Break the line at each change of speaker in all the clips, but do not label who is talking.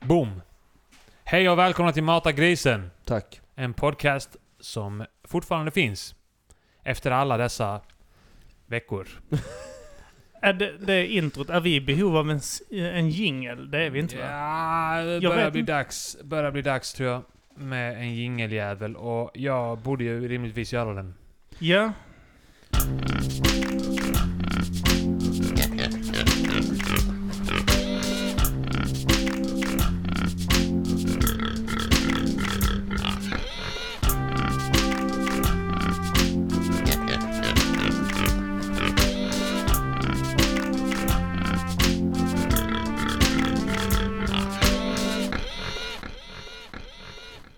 Boom! Hej och välkomna till Mata Grisen.
Tack.
En podcast som fortfarande finns. Efter alla dessa veckor.
Är det, det introt, är vi i behov av en, s- en jingel? Det är vi inte va?
Ja, det
Jag
börjar
vet
bli,
inte.
dags, börjar bli dags tror jag. Med en jingeljävel. Och jag borde ju rimligtvis göra den.
Ja.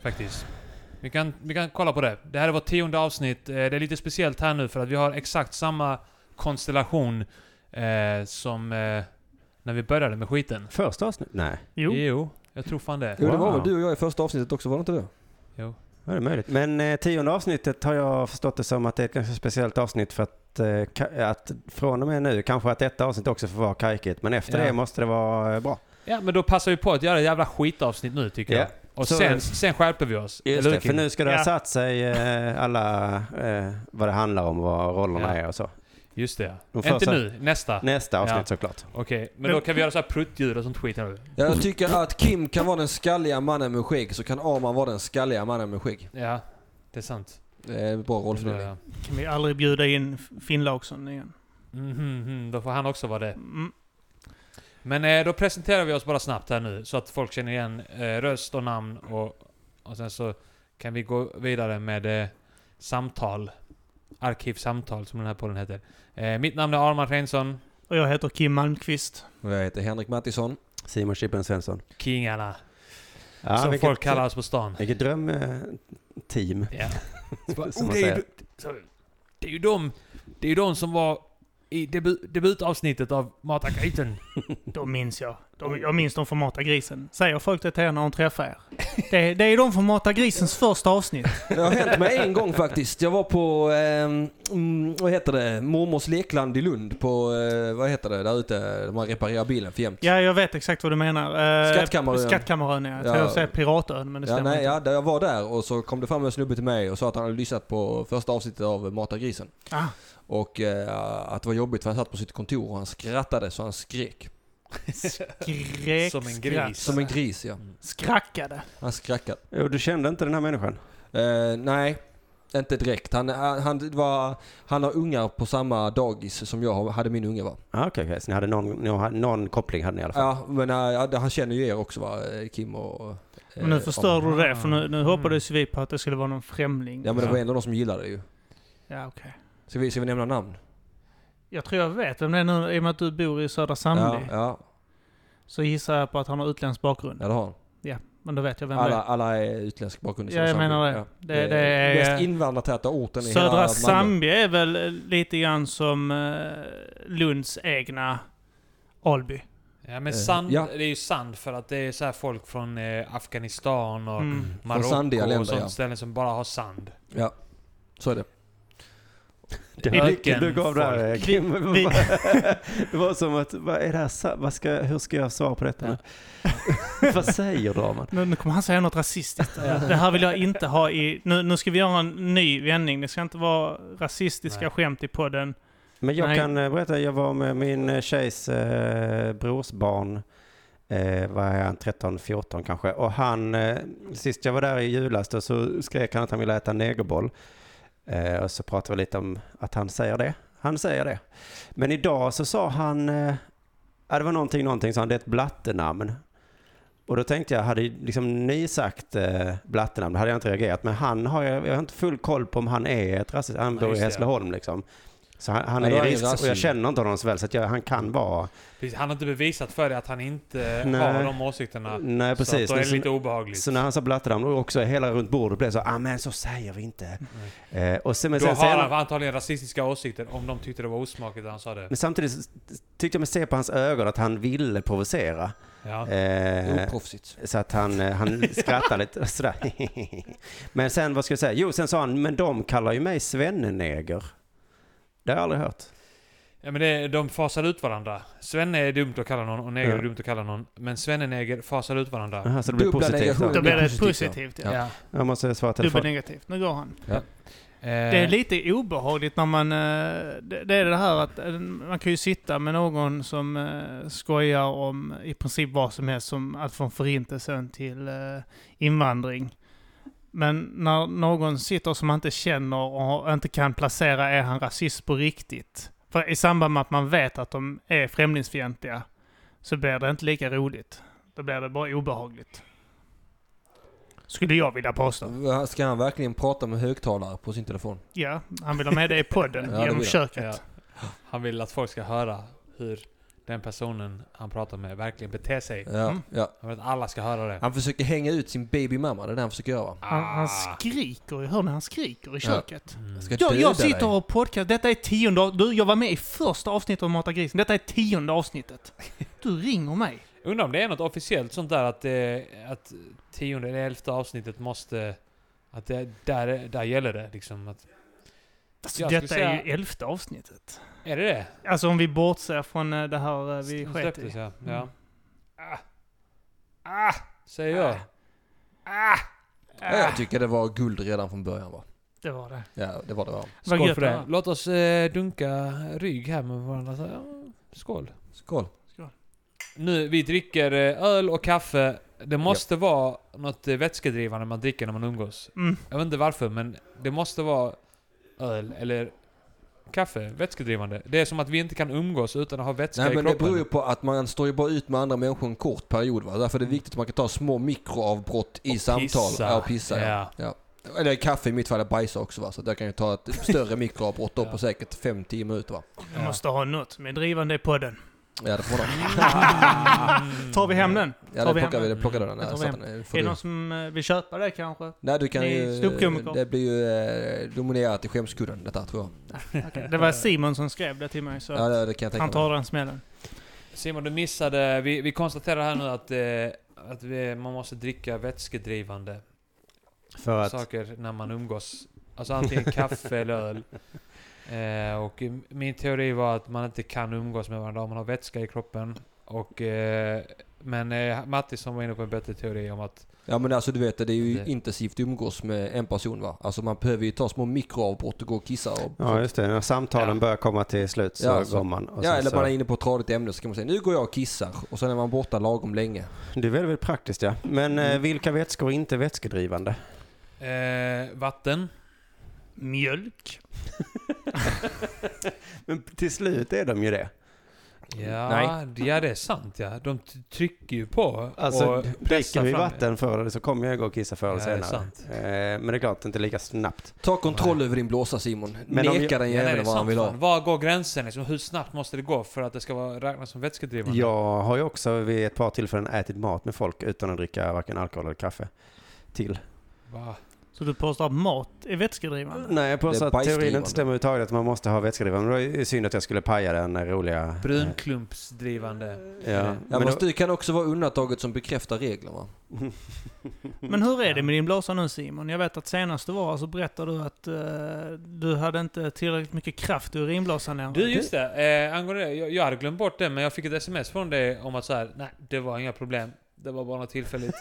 Faktiskt. Vi kan, vi kan kolla på det. Det här är vårt tionde avsnitt. Eh, Det är lite speciellt här nu för att vi har exakt samma konstellation eh, som eh, när vi började med skiten.
Första avsnittet? Nej.
Jo.
jag tror fan det.
Jo, det var
Wow.
väl du och jag i första avsnittet också, var det inte det?
Jo.
Ja, det är möjligt. Men eh, tionde avsnittet har jag förstått det som att det är ett ganska speciellt avsnitt för att, eh, ka- att från och med nu, kanske att detta avsnitt också får vara kajkigt, men efter
Ja.
det måste det vara eh, bra.
Ja, men då passar vi på att göra ett jävla skitavsnitt nu tycker
Ja.
jag. Och
Så-
sen, sen skärper vi oss.
Just
Eller
det,
hur,
för
Kim?
nu ska det ha
Ja.
satt sig eh, alla, eh, vad det handlar om, vad rollerna
Ja.
är och så.
Just det.
De
Inte
första-
nu, nästa.
Nästa avsnitt
Ja.
såklart.
Okej, men då kan vi göra så här pruttljud och sånt skit här nu.
Ja, jag tycker att Kim kan vara den skalliga mannen med skägg, så kan Arman vara den skalliga mannen med skägg.
Ja, det är sant.
Det är en bra rollfördelning.
Ja.
Kan vi aldrig bjuda in Finn Larsson igen?
Mhm, mhm, då får han också vara det.
Mm.
Men eh, då presenterar vi oss bara snabbt här nu så att folk känner igen eh, röst och namn och, och sen så kan vi gå vidare med eh, samtal. Arkivsamtal som den här podden heter. Eh, mitt namn är Arman Reinsson.
Och jag heter Kim Malmqvist.
Och jag heter Henrik Mattisson.
Simon Chippen Svensson.
Kingarna.
Ja,
som
vilket-
folk kallar oss på stan.
Vilket drömteam.
Ja. Så bara,
Som
"Oh,
man
det, är ju,
säger.
så- det är ju de, det är ju de som var i debu, debutavsnittet av Mata Gryten.
De minns jag. De, jag minns de från Mata Grisen. Säger folk det till er när de träffar er? Det, det är de från Mata Grisens första avsnitt.
Det har hänt mig en gång faktiskt. Jag var på, ehm, mm, vad heter det, mormors lekland i Lund på, eh, vad heter det, där ute, där man reparerar bilen för jämt.
Ja, jag vet exakt vad du menar. Eh,
Skattkammarön.
Skattkammarön, ja. Jag tror
Ja.
jag säger Piratön, men det
Ja,
stämmer
nej,
inte.
ja, där jag var där och så kom det fram en snubbe till mig och sa att han hade lyssnat på första avsnittet av Mata grisen.
Ah,
Och eh, att det var jobbigt för han satt på sitt kontor och han skrattade så han skrek.
grek,
Som en
skrack-
gris.
Som en gris ja.
Skrackade.
Han skrackade.
Jo, du kände inte den här människan?
Eh, nej, inte direkt. Han, han, han, det var, han har ungar på samma dagis som jag har- hade min unge va?
Ah, Okej, okej. Så ni hade någon, ni hade någon koppling hade ni i alla fall.
Ja, men eh, ja, det- han känner ju er också va? eh, Kim och... eh,
Men nu förstörde du
aha.
det, för nu,
Mm.
nu hoppades vi på att det skulle vara någon främling.
Ja men det var ändå de som gillade det ju.
Ja, okej.
Ska vi, ska vi nämna namn?
Jag tror jag vet vem det är nu, i och med att du bor i Södra
Ja,
Sandby.
ja,
Så gissar jag på att han har utländsk bakgrund.
ja, det har han.
Men då vet jag vem
Alla, alla är utländsk bakgrund. i
Ja, jag
Södra
menar
Sandby.
det. Det- det är-
Eh, Mest invandrartäta orten i
det är.
hela Malmö.
Södra Sandby är väl eh, lite grann som eh, Lunds egna Alby.
Ja men
Eh,
sand,
ja.
det är ju sand för att det är så här folk från eh, Afghanistan och
Mm.
Marocko
sandiga länder,
och sånt
ja.
ställen som bara har sand.
Ja, så är det.
Det
Öken,
var mycket du gav där eh, Kim.
vi-
det var som att, vad är det här, sa- vad ska, hur ska jag svara på detta nu? vad säger du Arman?
Nu, nu kommer han säga något rasistiskt. Det här vill jag inte ha i... Nu, nu ska vi göra en ny vändning. Det ska inte vara rasistiska
Nej.
skämt i podden.
Men jag
Nej.
kan eh, berätta, jag var med min eh, tjejs eh, brors barn, eh, vad är han, 13-14 kanske, och han, eh, sist jag var där i julas då, så skrek han att han ville äta negerboll. Eh, och så pratade vi lite om att han säger det. Han säger det. Men idag så sa han, eh, ja, det var någonting, någonting, så han, det är ett blattenamn. Och då tänkte jag, hade liksom ni sagt eh, blattenamn, då hade jag inte reagerat. Men han har, jag jag har inte full koll på om han är ett rasist, han
Nej,
bor i
just det.
Hässleholm liksom. Så han, han
Ja, då
är
är Mm. han
risk, och jag
rasist.
känner inte honom så väl, så att jag, han kan vara...
Precis, Han har inte bevisat för dig att han inte
Nej.
har de åsikterna.
Nej,
Så att
precis.
då är det
Så,
lite obehagligt.
så när han sa blattenamn, och också hela runt bordet blev så, ah men så säger vi inte. Eh, och sen, men
då
sen,
har
sen,
han antagligen rasistiska åsikter om de tyckte det var osmakligt när han sa det.
men samtidigt så tyckte jag mig se på hans ögon att han ville provocera.
Ja.
Eh,
Oproffsigt.
Så att han, eh, han skrattar lite och sådär. Men sen, vad ska jag säga? Jo, sen sa han, men de kallar ju mig svenneneger. Det har jag aldrig hört.
Ja men det, de fasar ut varandra. Svenne är dumt att kalla någon och neger
Ja.
är dumt att kalla någon. Men svenneneger fasar ut varandra.
Aha, så det blir
Dubbla
positivt.
negationer.
då.
Då blir det
Positivt, ja.
positivt. Ja.
Ja.
Jag måste svara
Dubbel
telefon.
negativt. Nu går han. Det är
Eh,
lite obehagligt när man... eh, Det det är det här att eh, man kan ju sitta med någon som eh, skojar om i princip vad som helst, som allt från förintelsen till eh, invandring. Men när någon sitter som man inte känner och har- inte kan placera, är han rasist på riktigt? För i samband med att man vet att de är främlingsfientliga så blir det inte lika roligt. Då blir det bara obehagligt. Skulle jag vilja påstå.
Ska han verkligen prata med högtalare på sin telefon?
Ja, han vill ha med det i podden
Ja, det
genom
vill
köket.
ja. Han vill att folk ska höra hur den personen han pratar med verkligen beter sig.
Ja,
Mm.
ja.
Han vill att alla ska höra det.
Han försöker hänga ut sin babymamma, det är det han försöker göra.
Han, han
Ah.
skriker, hör ni? Han skriker i
Ja.
köket.
Mm.
Jag ska
Jag, jag
döda
sitter
dig.
och podcast. Detta är tionde av- Du, jag var med i första avsnittet av Mata Grisen. Detta är tionde avsnittet. Du ringer mig.
Undrar om det är något officiellt sånt där att, eh, att tionde eller elfte avsnittet måste... Att det, där, där gäller det liksom. Att,
Alltså,
Jag skulle
detta är ju
säga-
elfte avsnittet.
är det det?
Alltså om vi bortser från eh, det här eh, vi
Som
sket
släpptes,
i.
ja.
Mm.
ja. Ah. Ah! Säger jag. Ah!
Ja, jag tycker det var guld redan från början va?
Det var det.
Ja, det var det va?
Vad
Skål
gött
för
det
det.
var.
Låt oss eh, dunka rygg här med varandra. Så, ja, skål.
Skål.
Nu, vi dricker eh, öl och kaffe. Det måste vara något eh, vätskedrivande man dricker när man umgås.
Mm.
Jag vet inte varför, men det måste vara öl eller kaffe. Vätskedrivande. Det är som att vi inte kan umgås utan att ha vätska
Nej
i
men det
kroppen.
beror ju på att man står ju bara ut med andra människor en kort period va? Därför är det viktigt att man kan ta små mikroavbrott i samtal.
Pissa.
Ja, och pissa. Ja.
Ja.
Eller kaffe i mitt fall, jag bajsar också va? Så där kan jag ta ett större mikroavbrott då på säkert 5-10 minuter va?
Vi
Ja.
måste ha något som är drivande i podden.
Ja det får man.
Mm.
Tar vi hem den?
Ja
Tar
det
vi
plockar
Mm. hem
vi,
den?
det plockar den.
Det tar
Där,
vi
så
hem.
att den
Är
får
det
du.
någon som eh, vill köpa det kanske?
Nej du kan
Ni
ju...
ståuppkomiker.
Det blir ju eh, dominerat i skämskudden detta tror jag.
Okej, Det var Simon som skrev det till mig så
Ja det, det kan jag
han
tänka mig.
tar den smällen.
Simon, du missade... Vi, vi konstaterar här nu att, eh, att vi, man måste dricka vätskedrivande
För att
saker när man umgås. Alltså antingen kaffe eller öl. Eh, och eh, min teori var att man inte kan umgås med varandra om man har vätska i kroppen. Och, eh, men eh, Mattis som var inne på en bättre teori om att...
Ja men alltså du vet det är ju
Det-
intensivt umgås med en person va? Alltså man behöver ju ta små mikroavbrott och gå och kissa och
Ja, just det. När samtalen
Ja.
börjar komma till slut så
Ja, så-
går man. Och
ja,
sen
eller
så,
man är inne på ett tradigt ämne så kan man säga nu går jag och kissar och sen är man borta lagom länge.
Det är väldigt, väldigt praktiskt, ja. Men eh, vilka vätskor är inte vätskedrivande?
Eh, vatten.
Mjölk.
Men till slut är de ju det.
Ja,
Nej.
d- ja, det är sant ja. De t- trycker ju på.
Alltså,
och pressar
dricker vi
fram-
vatten för det så kommer jag gå och kissa förr eller
Ja, det är
senare.
sant.
Eh, men det är klart, inte lika snabbt.
Ta kontroll över din blåsa Simon.
Men om
Neka
jag-
den
Ja, nej, det är
jäveln vad han
sant.
vill ha.
fan. Var går gränsen? Liksom, hur snabbt måste det gå för att det ska vara, räknas som vätskedrivande?
Jag har ju också vid ett par tillfällen ätit mat med folk utan att dricka varken alkohol eller kaffe till.
Va?
Så du påstår att mat är vätskedrivande?
Nej, jag påstår
Det är
att teorin
bajsdrivande.
inte stämmer överhuvudtaget. att Man måste ha vätskedrivande. Men det var ju synd att jag skulle paja den roliga...
Brunkumpsdrivande.
Ja,
Ja,
Ja,
men
men alltså,
då-
det kan också vara undantaget som bekräftar regler va?
Men hur är det med din blåsa nu Simon? Jag vet att senast du var här så berättade du att eh, du hade inte tillräckligt mycket kraft i urinblåsan längre.
Du, just det. Eh, angående det. Jag, jag hade glömt bort det, men jag fick ett sms från dig om att så här, nej, det var inga problem. Det var bara något tillfälligt.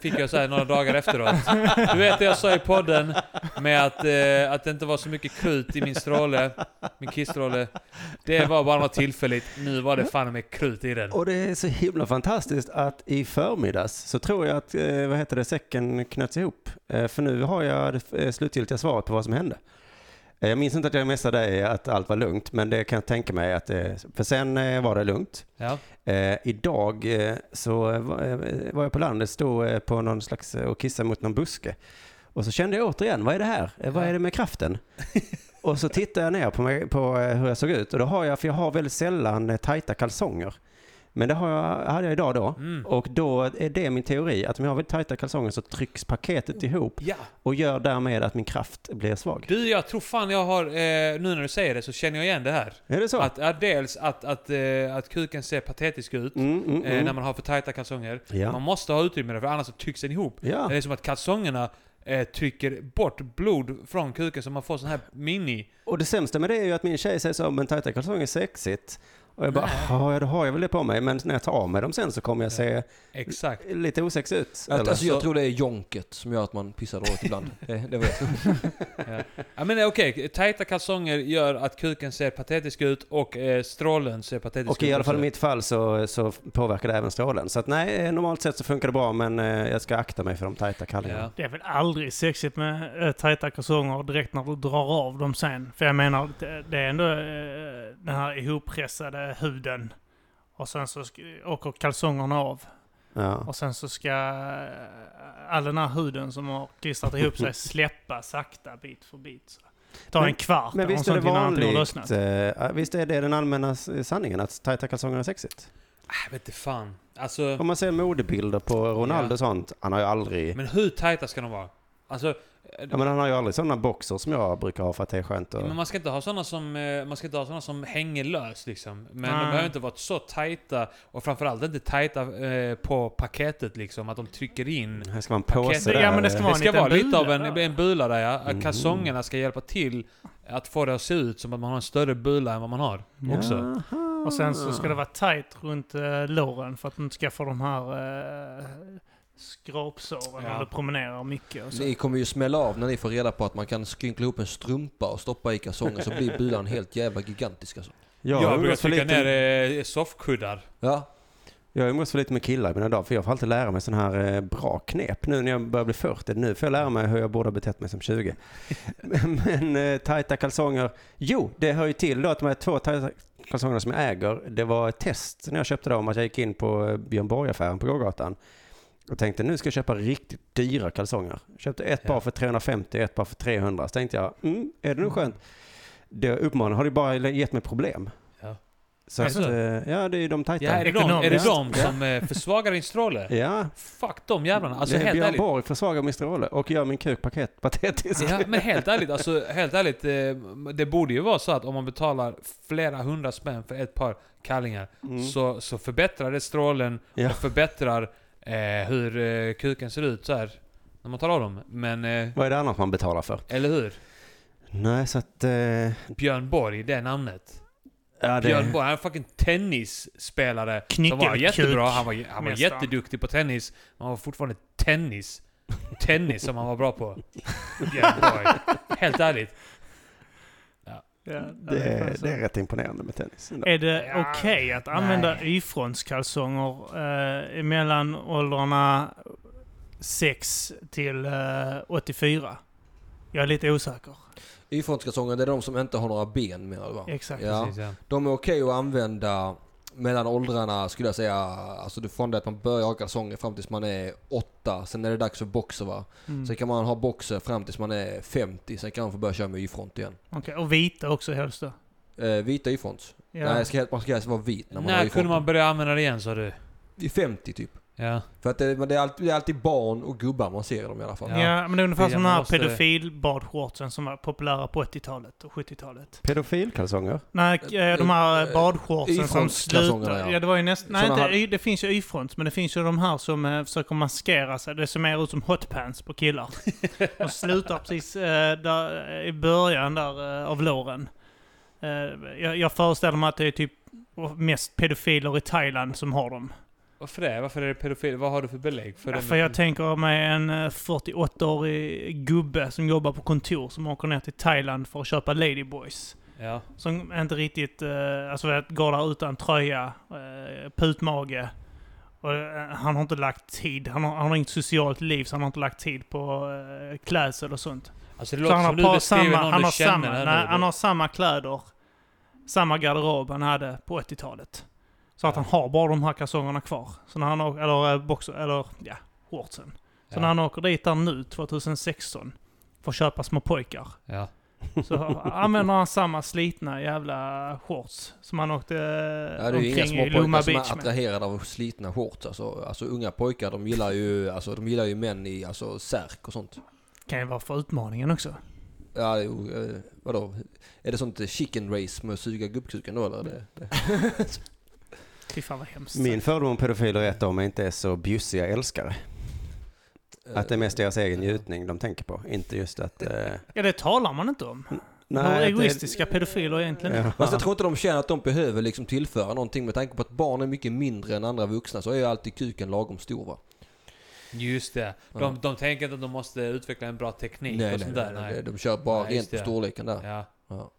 Fick jag så här några dagar efteråt. Du vet det jag sa i podden med att, eh, att det inte var så mycket krut i min stråle, min kissstråle. Det var bara något tillfälligt. Nu var det fan med krut i den.
Och det är så himla fantastiskt att i förmiddags så tror jag att, eh, vad heter det, säcken knöts ihop. Eh, För nu har jag det eh, slutgiltiga svaret på vad som hände. Eh, Jag minns inte att jag messade dig att allt var lugnt, men det kan jag tänka mig att, eh, för sen eh, var det lugnt.
Ja.
Eh, Idag eh, så var eh, var jag på landet, stod eh, på någon slags, eh, och kissade mot någon buske. Och så kände jag återigen, vad är det här? Eh, Vad är det med kraften? Och så tittar jag ner på, mig, på eh, hur jag såg ut. Och då har jag, för jag har väldigt sällan eh, tajta kalsonger. Men det har jag, hade jag idag då.
Mm.
Och då är det min teori, att om jag har väldigt tajta kalsonger så trycks paketet ihop
ja.
och gör därmed att min kraft blir svag.
Du, jag tror fan jag har, eh, nu när du säger det så känner jag igen det här.
Är det så?
Att, att dels att, att, eh, att kuken ser patetisk ut
mm, mm,
eh,
mm.
när man Eh, har för tajta kalsonger.
Ja.
Man måste ha utrymme där, för annars så trycks den ihop.
ja.
Det är som att kalsongerna eh, trycker bort blod från kuken så man får sån här mini...
Och det sämsta med det är ju att min tjej säger så, men tajta kalsonger är sexigt. Och jag bara, "Jaha, ja då har jag väl det på mig, men när jag tar av mig dem sen så kommer jag se
Exakt.
lite osexig ut.
Att,
Eller? Eh,
alltså,
så-
jag tror det är jonket som gör att man pissar dåligt ibland. Det, det var jag.
Ja men okej, tajta kalsonger gör att kuken ser patetisk ut och eh, strålen ser patetisk ut.
Och i alla fall i
också.
mitt fall så, så påverkar det även strålen. Så att nej, normalt sett så funkar det bra, men eh, jag ska akta mig för de tajta kallingarna.
Ja.
Det är väl aldrig sexigt med eh, tajta kalsonger direkt när du drar av dem sen. För jag menar, det, det är ändå eh, den här ihoppressade huden. Och sen så sk- åker kalsongerna av.
Ja.
Och sen så ska eh, all den här huden som har klistrat ihop sig släppa sakta bit för bit. Så. Ta
Men-
en kvart
Men
eller
visst är det
något sånt innan allting har
vanligt?
lossnat.
eh, Visst är det den allmänna s- sanningen att tajta kalsonger är sexigt?
Ah, vet du fan. Alltså,
Om man ser modebilder på Ronaldo och sånt, han har ju aldrig...
men hur tajta ska de vara? Alltså,
Ja, men alltså. han har ju aldrig sådana boxer som jag brukar ha för att det är skönt
men
att...
man ska inte ha såna som, eh, man ska inte ha såna som hänger lös liksom. Men de
Nej.
behöver inte vara så tajta och framförallt inte tajta eh, på paketet liksom, att de trycker in.
Här ska vara en påse
Paket-
där.
Ja,
men det ska
Det
en
ska
liten
vara lite
bula,
av en,
va?
en bula där ja.
Mm.
Att kalsongerna ska hjälpa till att få det att se ut som att man har en större bula än vad man har. också.
Jaha.
Och sen så ska det vara tight runt eh, låren för att du inte ska få de här eh, skrapsåren
Ja.
när du promenerar mycket. Och så.
Ni kommer ju smälla av när ni får reda på att man kan skrynkla ihop en strumpa och stoppa i kalsonger så blir bulan helt jävla gigantisk alltså.
Jag
jag brukar
umgås för
trycka
lite-
ner eh, soffkuddar.
Ja,
Jag umgås för lite med killar i mina dagar, för jag får alltid lära mig sådana här eh, bra knep nu när jag börjar bli 40. Nu får jag lära mig hur jag borde ha betett mig som 20. Men eh, tajta kalsonger, jo, det hör ju till då att de här två tajta kalsongerna som jag äger, det var ett test när jag köpte dem, att jag gick in på eh, Björn Borg-affären på gågatan och tänkte nu ska jag köpa riktigt dyra kalsonger. Köpte ett par
Ja.
för 350, ett par för 300. Så tänkte jag, mm, är det nog skönt? Det uppmaningen har det bara gett mig problem.
Ja.
Så
Alltså.
att, eh, ja, det är ju de tajta.
Ja, är det de, är det
Ekonomiskt.
de som eh, försvagar din stråle?
Ja,
Fuck de jävlarna. Alltså
det är
helt
Björn
ärligt.
Borg försvagar min stråle och gör min kuk paket patetisk.
Ja, men helt ärligt, alltså, helt ärligt. eh, Det borde ju vara så att om man betalar flera hundra spänn för ett par kallingar
Mm.
så, så förbättrar det strålen
Ja.
och förbättrar eh, hur eh, kuken ser ut så här när man tar av dem. Men, eh,
Vad är det annat man betalar för?
eller hur?
Nej, så att... Eh, ja,
Björn Borg, det är namnet.
det,
Björn Borg, han är fucking tennisspelare. Som var
Knyckelkuk.
jättebra, han var, han var
Nästan.
jätteduktig på tennis. Men han var fortfarande tennis. Tennis som han var bra på. Björn Borg. Helt ärligt.
Ja,
Det,
är fan
är,
så.
det är rätt imponerande med tennis. ändå.
Är det
Ja,
okej att använda Y-frontskalsonger eh, mellan åldrarna 6 till eh, 84? Jag är lite osäker.
Y-frontskalsonger det är de som inte har några ben menar du va?
Exakt.
Ja.
Precis, ja.
De är okej att använda mellan åldrarna skulle jag säga. Alltså du- från det att man börjar ha kalsonger fram tills man är åtta. Sen är det dags för boxer va?
Mm.
Sen kan man ha boxer fram tills man är 50. Sen kan man få börja köra med Y-front igen.
Okej, Och vita också helst då.
Eh, vita Y-fronts.
Ja.
Nej, ska, man ska helst vara vit när man har
När kunde
Y-fronten.
man börja använda det igen sa du?
Vid 50 typ.
Ja.
För att det, men det, är alltid, det är alltid barn och gubbar man ser i dem i alla fall.
Ja. men det är ungefär
Ja,
som
man
de här
måste-
pedofilbadshortsen som var populära på 80-talet och 70-talet.
Pedofilkalsonger?
Nej, k- eh, de här
Eh,
eh, badshortsen som
Y-frontskalsongerna,
slutar...
ja.
Ja. det var ju nästan... Nej,
Såna
inte,
här-
y- det finns ju Y-fronts, men det finns ju de här som eh, försöker maskera sig. Det ser mer ut som hotpants på killar. och slutar precis eh, där, i början där eh, av låren. Eh, jag, jag föreställer mig att det är typ mest pedofiler i Thailand som har dem.
Varför det? Varför är det pedofil? Vad har du för belägg för
För,
det?
för jag tänker mig en eh, 48-årig gubbe som jobbar på kontor som åker ner till Thailand för att köpa Ladyboys.
Ja.
Som inte riktigt, eh, alltså vet, går där utan tröja, eh, putmage. Och, eh, han har inte lagt tid, han har, han har inget socialt liv så han har inte lagt tid på eh, klädsel och sånt.
Alltså det
Så
låter
han
som
har,
du
par,
beskriver
samma,
någon
han,
du
har
känner
samma,
här
nej,
nu.
han har samma kläder, samma garderob han hade på 80-talet. Så att han har bara de här kalsongerna kvar. Så när han åker, eller eh, boxer, eller ja, shortsen. Så
Ja.
när han åker dit där nu, 2016, för att köpa små pojkar.
Ja.
Så använder han samma slitna jävla shorts som han åkte eh,
Ja, det är ju inga
omkring
små
i
pojkar
Luma
som
Beach
är
med.
attraherade av slitna shorts. Alltså, alltså unga pojkar, de gillar ju, alltså, de gillar ju män i alltså, särk och sånt.
Kan ju vara för utmaningen också.
Ja, jo, eh, vadå? Är det sånt eh, chicken race med att suga gubbkuken då eller?
Mm.
Det, det.
Fy fan vad hemskt.
Min fördom om pedofiler är att de inte är så bjussiga älskare.
eh,
Att det är mest deras egen njutning de tänker på. Inte just att... Eh,
Ja, det talar man inte om. Hur
nej, det,
egoistiska pedofiler egentligen är.
ja.
Fast jag tror inte de känner att de behöver liksom tillföra någonting med tanke på att barn är mycket mindre än andra vuxna så är ju alltid kuken lagom stor va?
Just det. De,
Ja.
de tänker inte att de måste utveckla en bra teknik och sånt där. Nej.
nej. De kör bara
Nej, just
rent på
det.
storleken där.
Ja.
Ja,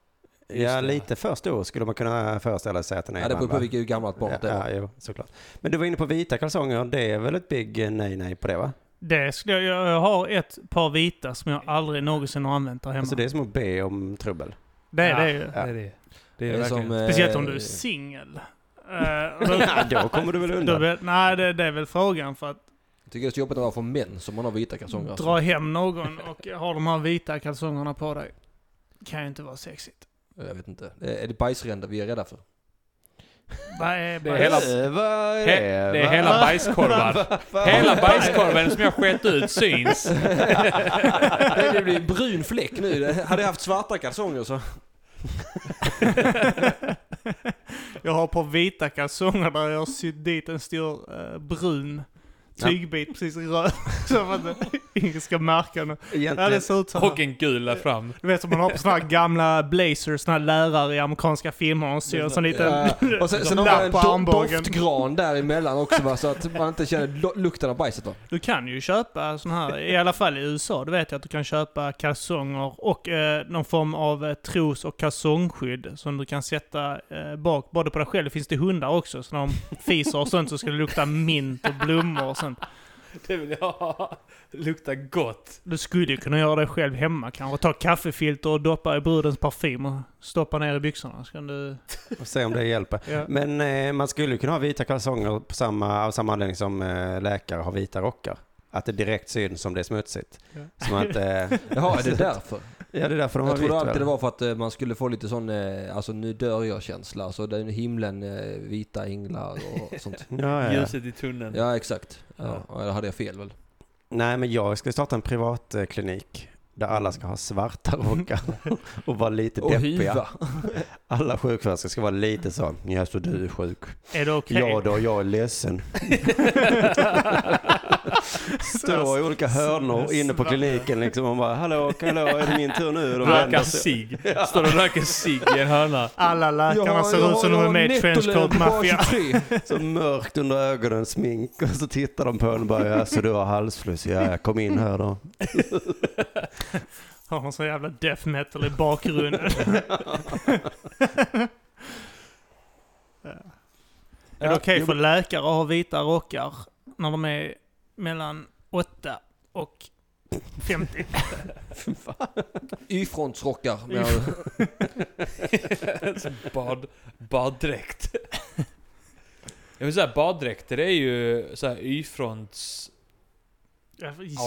ja, lite för stor skulle man kunna föreställa sig att den är.
ja. det beror
ibland,
på
va?
vilket hur gammalt barnet
ja,
är.
ja, jo, såklart. Men du var inne på vita kalsonger. Det är väl ett big eh, nej nej på det va?
Det skulle jag, jag har ett par vita som jag aldrig någonsin har använt där hemma.
Alltså det är som att be om trubbel.
det är
Ja.
det ju.
Det är det. Det är
Det är
verkligen.
som, eh,
Speciellt om du är singel. Eh, och då-
Ja, då kommer du väl
då
undan.
vet- Nej, det, det är väl frågan för att
Jag tycker det är så jobbigt att vara för män som man har vita kalsonger. alltså.
dra hem någon och ha de här vita kalsongerna på dig. Kan ju inte vara sexigt.
Jag vet inte. Eh, Är det bajsränder vi är rädda för?
Vad är
Det är
vad-
hela-
Eh, Vad är
He-
det?
det är
va?
hela bajskorvar. Hela bajskorven som jag skett ut syns.
det blir en brun fläck nu. Hade jag haft svarta kalsonger så...
jag har på vita kalsonger där jag har sytt dit en stor eh, brun tygbit precis i röd. så att det- ingen ska märka något. Ja, det
Egentligen,
ser ut så här.
Och en gul där fram.
Du vet som man har på såna här gamla blazers, såna här lärare i amerikanska filmer. Och syr en sån liten
Ja. Och sen, sen har
lapp
man en
på
do-
armbågen.
doftgran däremellan också va, så att man inte känner lo- lukten av bajset va.
Du kan ju köpa sån här, i alla fall i USA, du vet jag att du kan köpa kalsonger och eh, någon form av eh, tros och kalsongskydd som du kan sätta eh, bak, både på dig själv, det finns det hundar också, så när de fiser och sånt så ska det lukta mint och blommor och sånt.
Det vill jag ha. Luktar gott.
Du skulle ju kunna göra det själv hemma kanske, ta kaffefilter och doppa i brudens parfym och stoppa ner i byxorna. Så kan du,
och se om det hjälper.
ja.
Men eh, man skulle ju kunna ha vita kalsonger på samma, av samma anledning som eh, läkare har vita rockar. Att det direkt syns om det är smutsigt.
Ja.
Som att, eh,
Jaha, är det därför?
ja, det är därför de har
Jag
vitt.
trodde alltid
väl?
det var för att eh, man skulle få lite sån, eh, alltså nu dör jag-känsla. Alltså den himlen, eh, vita änglar och sånt.
Ja, ja.
Ljuset i tunneln.
Ja, exakt. Ja, ja, eller hade jag fel väl?
Nej, men jag ska starta en privatklinik. Där alla ska ha svarta rockar och vara lite
Och
deppiga.
hyva.
Alla sjuksköterskor ska vara lite så. Ja, så du är sjuk.
Är det okej?
Ja då, jag är ledsen. Står i olika hörnor inne på kliniken liksom och bara hallå, hallå, är det min tur nu? De
Röka
vänder sig.
cigg. Står och röker cigg i en hörna.
Alla läkarna ser ut som de är med i Trenchcoat Mafia.
Så mörkt under ögonen, smink och så tittar de på en och bara ja, så du har halsfluss? Ja, jag kom in här då.
Har man så jävla death metal i bakgrunden. Är det okej för läkare att ha vita rockar när de är mellan 8 och 50?
Y-frontsrockar. men jag-
Som Bad, baddräkt. Jag vill säga baddräkter är ju såhär Y-fronts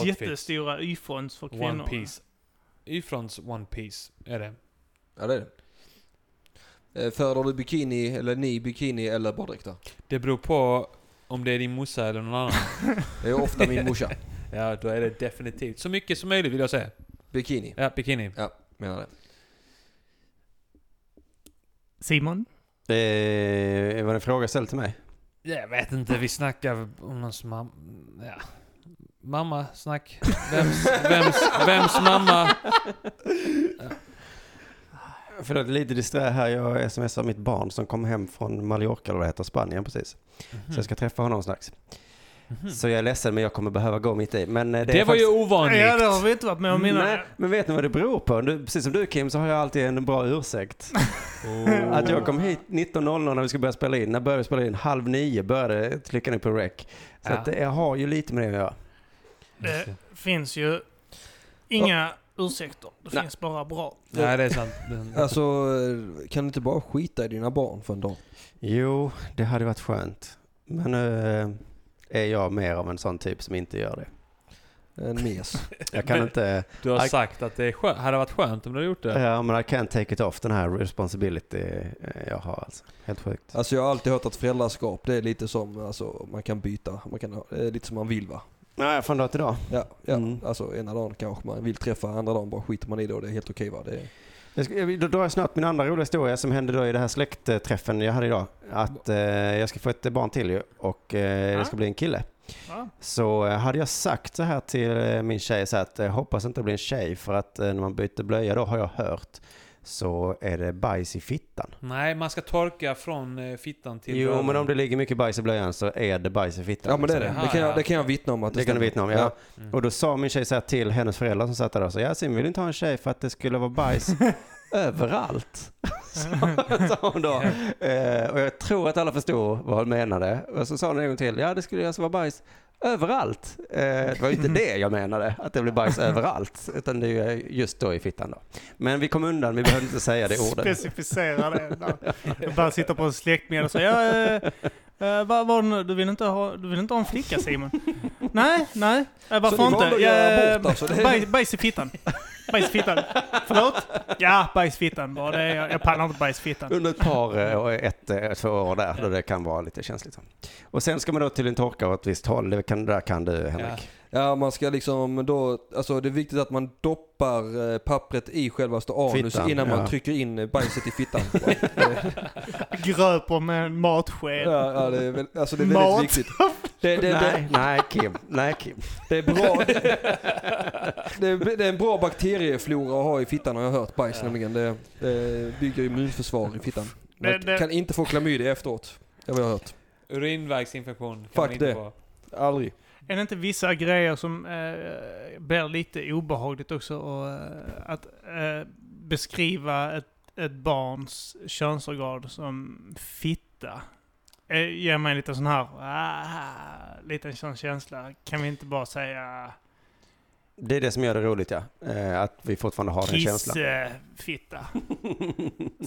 Jättestora y-fonds för kvinnor.
one piece. Y-fronts one piece är det.
Ja, det är det. Eh, Föredrar du bikini, eller ni bikini eller baddräkter?
Det beror på om det är din morsa eller någon annan.
Det är ofta min morsa.
Ja, då är det definitivt. Så mycket som möjligt vill jag säga.
Bikini,
Ja, bikini.
menar det.
Simon?
Eh, var det en fråga ställd till mig?
Jag vet inte, vi snackar om någons mamma... Ja. Mamma, snack. Vems, vems, vems mamma?
Förlåt, lite disträ här. Jag smsar mitt barn som kom hem från Mallorca eller vad det heter, Spanien precis.
Mm.
Så jag ska träffa honom strax. Så jag är ledsen men jag kommer behöva gå mitt i. Men eh,
Mhm.
det,
Det,
är
var
faktiskt... Mm,
ju ovanligt.
Ja, det har vi inte varit med om innan.
Nej, men vet ni vad det beror på? Du, precis som du Kim så har jag alltid en bra ursäkt. Att jag kom hit 19.00 när vi skulle börja spela in. När började vi spela in? Halv nio började klicka på rec. Så
Ja.
att, det- jag har ju lite med det att göra.
Eh,
Det finns ju inga ursäkter. Det
Nej.
finns bara bra.
Nej, det är sant. Den-
Alltså, eh, kan du inte bara skita i dina barn för en dag?
Jo, det hade varit skönt. Men eh, är jag mer av en sån typ som inte gör det.
En mes.
Jag kan
Men-
inte...
Du har
I-
sagt att det är skönt. hade varit skönt om du hade gjort det.
Ja, men I can't take it off den här responsibility eh, jag har alltså. Helt sjukt.
Alltså jag har alltid hört att föräldraskap det är lite som, alltså man kan byta, man kan, ha- det är lite som man vill va?
Nej, från dag till dag.
Ja, ja.
Mm.
Alltså ena dagen kanske man vill träffa, andra dagen bara skiter man i det och det är helt okej va? Det är,
Jag ska, jag, då drar jag snart min andra roliga historia som hände då i den här släktträffen jag hade idag. Att eh, jag ska få ett barn till ju och eh, det ska bli en kille.
Ja.
Så eh, hade jag sagt så här till eh, min tjej så här att eh, hoppas inte det blir en tjej för att eh, när man byter blöja då har jag hört så är det bajs i fittan.
Nej, man ska torka från eh, fittan till
Jo
röven.
men om det ligger mycket bajs i blöjan så är det bajs i fittan.
Ja
liksom.
men det är det.
Jaha,
Det kan
ja.
jag, det kan jag vittna om att det,
Det kan du
stämmer.
vittna om ja.
Mm.
Och då sa min tjej så här till hennes föräldrar som satt där då, så Yasin vill inte ha en tjej för att det skulle vara bajs överallt. sa hon då.
Mm.
Eh, och jag tror att alla förstod vad hon menade. Och så sa hon en gång till, ja det skulle alltså vara bajs överallt. Eh, det var ju inte det jag menade, att det blir bajs överallt, utan det är ju just då i fittan då. Men vi kom undan, vi behövde inte säga det ordet.
Specificera det. där. Jag bara sitter på en släktmiddag och säger ja, eh, eh, vad var det nu? Du vill inte ha, du vill inte ha en flicka Simon? Nej, nej. Eh, varför
Så ni
inte? Eh,
valde att göra abort, alltså. Det är-
bajs, bajs i fittan. Bajs i fittan. Förlåt? Ja, bajs i fittan bara. Det är, jag, jag pallar inte bajs i fittan.
Under ett par, eh, och ett, eh, två år där, då det kan vara lite känsligt. Och sen ska man då tydligen torka åt ett visst håll, det kan, där kan du Henrik.
Ja man ska liksom då, alltså det är viktigt att man doppar eh, pappret i självaste anus
Fittan,
innan
ja.
man trycker in eh, bajset i fittan.
Gröper med en matsked.
ja, ja, det är, väl, alltså det är
Mat.
väldigt viktigt. Det, det, det,
nej, nej Kim. Nej Kim.
det är bra. Det, är- det är en bra bakterieflora att ha i fittan har jag hört, bajs
Ja.
nämligen. Det, det bygger immunförsvar i fittan. Man
Det- det-
kan inte få klamydia efteråt. Det har jag hört.
Urinvägsinfektion kan
Fuck
man inte
det.
få.
Aldrig.
Är det inte vissa grejer som eh, blir lite obehagligt också? Och, eh, att eh, beskriva ett, ett barns könsorgan som fitta. Eh, ger mig en liten sån här, ah, liten sån känsla. Kan vi inte bara säga
Det är det som gör det roligt ja. Eh, Att vi fortfarande har den känslan.
kissefitta?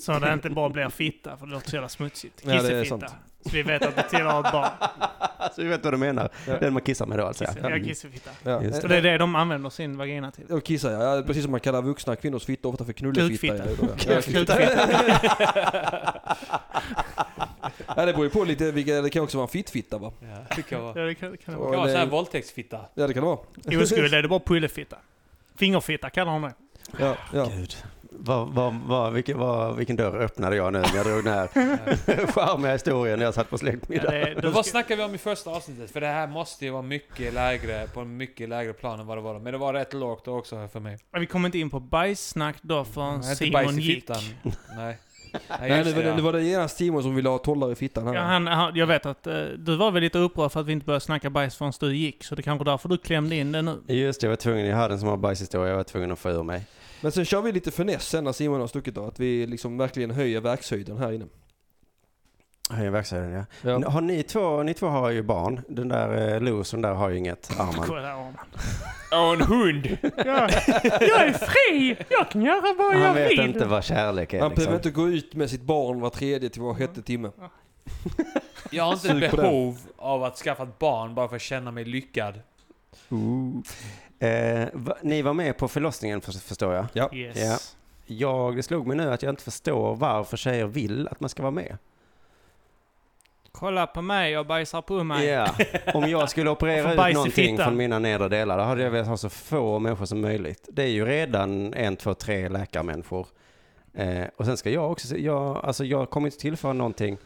så det inte bara blir fitta, för det låter så jävla smutsigt.
Ja, det är
Kissefitta.
sant.
så vi vet att det tillhör ett barn.
Så Alltså, vi vet vad du menar.
Ja.
Den man kissar med då alltså.
Kisse, ja, kissefitta.
Ja.
Just
Så det är det de använder sin vagina till.
Och kissar ja. ja. Precis som man kallar vuxna kvinnors fitta ofta för knullefitta.
Kukfitta.
Ja, då, ja.
Kukfitta.
ja, det beror ju på lite vilka, det kan också vara en fittfitta va?
Ja, det kan vara.
Ja, det kan, det kan det
Det
vara.
kan vara
det-
såhär våldtäktsfitta.
Ja det kan det vara.
Oskuld är det bara pullefitta. Fingerfitta kallar hon det.
Ja, ja.
Gud. Mm. Vad- vad- vad- vilken, vad- vilken dörr öppnade jag nu när jag drog den här charmiga historien när jag satt på
Ja,
släktmiddag?
det,
Men
du
vad
ska,
snackar vi om i första avsnittet? För det här måste ju vara mycket lägre, på en mycket lägre plan än vad det var då. Men det var rätt lågt då också för mig.
vi kom inte in på bajssnack
Mm.
då förrän
Nej, inte bajs
Simon
i
gick.
fittan. Nej. Nej,
Nej,
just
nu,
det, ja.
nu var det genast Simon som ville ha tollar i fittan här.
Ja, han, han, jag vet att eh, du var väl lite upprörd för att vi inte började snacka bajs förrän du gick. Så det kanske är därför du klämde in det nu.
Just det, jag var tvungen, jag hade en sån här bajshistoria, jag var tvungen att få ur mig.
Men sen kör vi lite finess sen när Simon har stuckit då. Att vi liksom verkligen höjer verkshöjden här inne.
Höja verkshöjden ja.
Ja.
Har ni två, ni två har ju barn. Den där eh, Losen där har ju inget Arman.
Kolla Arman.
Åh, en hund!
Ja, jag är fri! Jag kan göra vad jag
Han vet
vill!
inte vad kärlek är
Han behöver
liksom.
inte gå ut med sitt barn var tredje till
Mm.
var sjätte timme.
Jag har inte
Sug
ett
på
behov av att skaffa ett barn bara för att känna mig lyckad.
liksom. Eh, va, ni var med på förlossningen för- förstår jag.
Yes.
Ja. Jag det slog mig nu att jag inte förstår varför tjejer vill att man ska vara med.
Kolla på mig, jag bajsar på mig.
Ja. Om jag skulle
Varför
operera
bajs
ut
i
någonting
fittan?
från mina nedre delar, då hade jag velat ha så få människor som möjligt. Det är ju redan en, två, tre läkarmänniskor. Eh, och sen ska jag också, se- jag, alltså jag kommer inte tillföra någonting.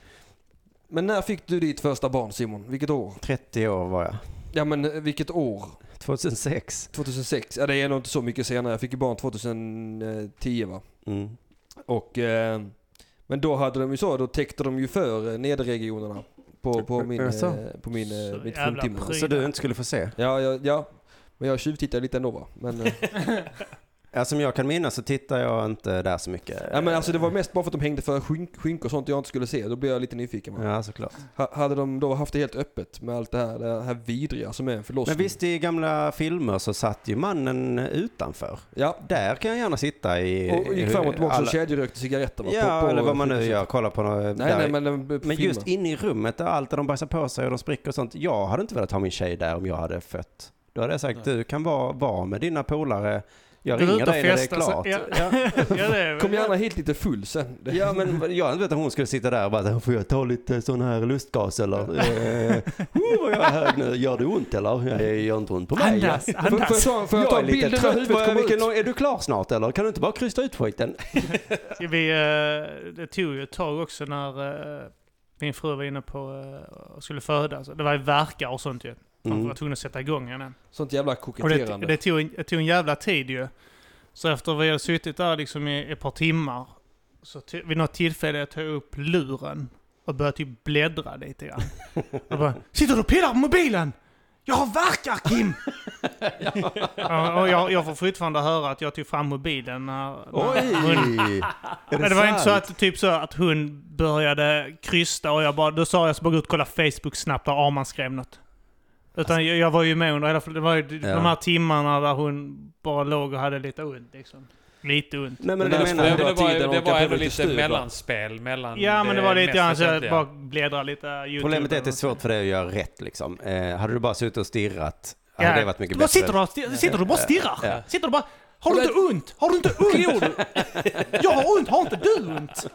Men när fick du ditt första barn Simon? Vilket år?
30 år var jag.
Ja men eh, vilket år?
2006.
2006? Ja det är nog inte så mycket senare. Jag fick ju barn 2010 va?
Mm.
Och, eh, men då hade de ju så, då täckte de ju för eh, nederregionerna på, på min, eh,
Jaså?
på min,
Så
eh, mitt
jävla
fruntimmer.
pryl.
Så du inte skulle få se?
Ja, ja, ja, men jag tjuvtittade lite ändå va. Men, eh,
Ja, som Alltså, jag kan minnas så tittar jag inte där så mycket.
ja, men alltså det var mest bara för att de hängde för skink, skink och sånt jag inte skulle se. Då blev jag lite nyfiken. Va?
Ja, såklart.
Ha, hade de då haft det helt öppet med allt det här, det här vidriga som är en förlossning.
Men visst i gamla filmer så satt ju mannen utanför.
Ja,
Där kan jag gärna sitta i...
och gick fram och tillbaka och
Eh, alla-
kedjerökte cigaretter va.
Ja,
på, på,
eller vad man nu gör. Kolla på något,
Nej,
där.
nej, men, de- på
Men
filmen.
just inne i rummet där allt där de bajsar på sig och de spricker och sånt. Jag hade inte velat ha min tjej där om jag hade fött. Då hade jag sagt,
Nej.
du kan vara, vara med dina polare. Jag
Du är
ringer
ute och
dig när det är
festar. så-
klart.
Ja.
Ja.
Ja, det är
Kom gärna hit lite full sen. Det-
Ja men jag hade inte vetat om hon skulle sitta där och bara så här, får jag ta lite sån här lustgas eller? Eh, oh, vad jag är hög nu, gör det ont eller? Nej, Det gör inte ont på mig.
Andas,
Får, får jag
andas.
ta, får jag ta
är lite
bilden när
trött.
huvudet
Vad-
kommer ut?
Vilken, är du klar snart eller? Kan du inte bara krysta ut skiten?
Ska vi, eh, det tog ju ett tag också när eh, min fru var inne på eh, och skulle föda. Så det var ju värkar och sånt ju. Man
Mm.
var tvungen att sätta igång henne.
Sånt jävla
Och det,
koketterande.
det, tog en, det tog en jävla tid ju. Så efter vi hade suttit där liksom i ett par timmar, så ty- vid något tillfälle tog jag upp luren och började typ bläddra lite grann. Jag bara, sitter du och pillar på mobilen? Jag har verkar Kim! ja. Och jag, jag får fortfarande höra att jag tog fram mobilen när,
Oj!
när hon
Är
men det var
sant?
inte så att, typ så att hon började krysta och jag bara, då sa jag så bara gå ut och kolla Facebook snabbt där Arman skrev något. Utan jag, jag var ju med under hela, det var ju
Alltså- Ja.
de här timmarna där hon bara låg och hade lite ont liksom. Lite ont.
Nej, men
Den
det
där
Det,
menar jag.
det var
var,
tid där
det
de
var
kan
ändå
få lite
lite
styr, va?
mellanspel mellan
Ja men det var lite
mest
grann så jag
väsentliga.
bara bläddrar lite YouTube.
Problemet är att det är svårt för dig att göra rätt liksom. Eh, hade du bara suttit och stirrat hade det varit mycket
du bara
bättre.
sitter där, och sti- sitter du och bara stirrar.
Ja.
Sitter du bara, har du inte ont? Har du inte ont? jag har ont, har inte du ont?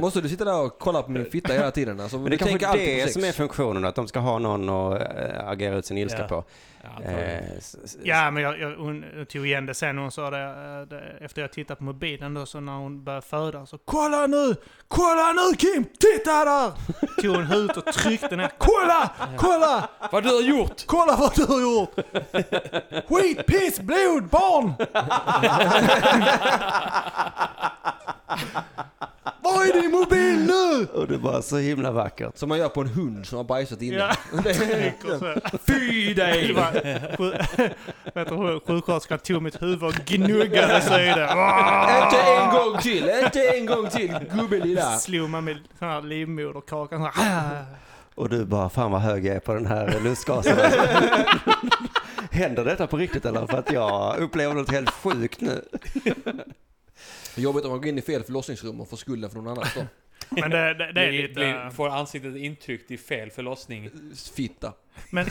Måste du sitta där och kolla på min fitta hela tiden? Alltså,
Men
du
det är
tänker
kanske
alltid på
det
sex.
som är funktionen, att de ska ha någon att äh, agera ut sin ilska
Ja.
på.
Ja,
Eh,
antagligen.
s- s-
Ja, men jag, jag, hon tog igen det sen. Hon sa det, eh, det efter jag tittat på mobilen då, så när hon började föda så Kolla nu! Kolla nu Kim! Titta där! Tog hon ut och tryckte ner. Kolla! Kolla!
Vad du har gjort!
Kolla vad du har gjort! Skit, piss, blod, barn! Var är din mobil nu?
Och det var så himla vackert.
Som man gör på en hund som har bajsat innan.
Ja, trycker så.
Fy dig!
Sjuksköterskan tog mitt huvud och gnuggade sig i det.
Inte en gång till, inte en gång till gubbe lilla.
Slog man med sån här livmoderkakan så här.
Och du bara, fan vad hög jag är på den här lustgasen. Händer detta på riktigt eller? För att jag upplever något helt sjukt nu.
Jobbigt om man går in i fel förlossningsrum och får skulden från någon annan. då.
Men det, det, det är lite...
Får ansiktet intryckt i fel förlossning.
Fitta.
Men k-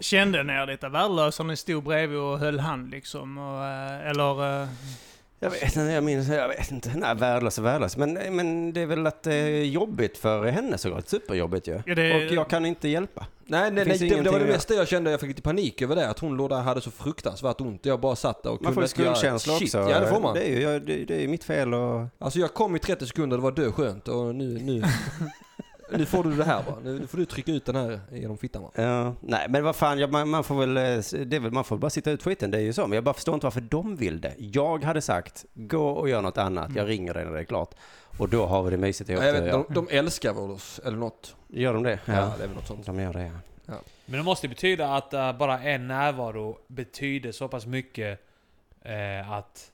kände ni er lite värdelösa när ni stod bredvid och höll hand liksom? Och, eh, eller... eh,
Jag vet inte, jag minns, jag vet inte. Nej, värdelös och värdelös. Men, men det är väl att det är jobbigt för henne såklart. Superjobbigt ju.
Ja, det-
Och jag kan inte hjälpa.
Nej, nej,
Det
nej
finns
det, det var
ingenting
det
att
mesta jag kände. Jag fick lite panik över det. Att hon låg där och hade så fruktansvärt ont. Jag bara satt där och
Man får
kunde
ju
inte göra ett
skuldkänsla
shit.
också.
Ja, det får man.
Det är ju jag- det, det är ju mitt fel och...
Alltså jag kom i 30 sekunder, det var dö skönt. Och nu, nu, nu får du det här va. Nu får du trycka ut den här genom fittan va.
Ja, nej, men vad fan, ja, man, man, får väl, eh, s- det är väl, man får bara sitta ut skiten. Det är ju så. Men jag bara förstår inte varför de vill det. Jag hade sagt, gå och gör något annat.
Mm.
Jag ringer dig när det är klart. Och då har vi det mysigt ihop.
Ja, jag vet,
ja.
de, de älskar väl oss, eller något.
Gör de det?
Ja.
Ja.
det är väl något sånt.
De gör det, ja.
Men det måste betyda att eh, bara en närvaro betyder så pass mycket eh, att,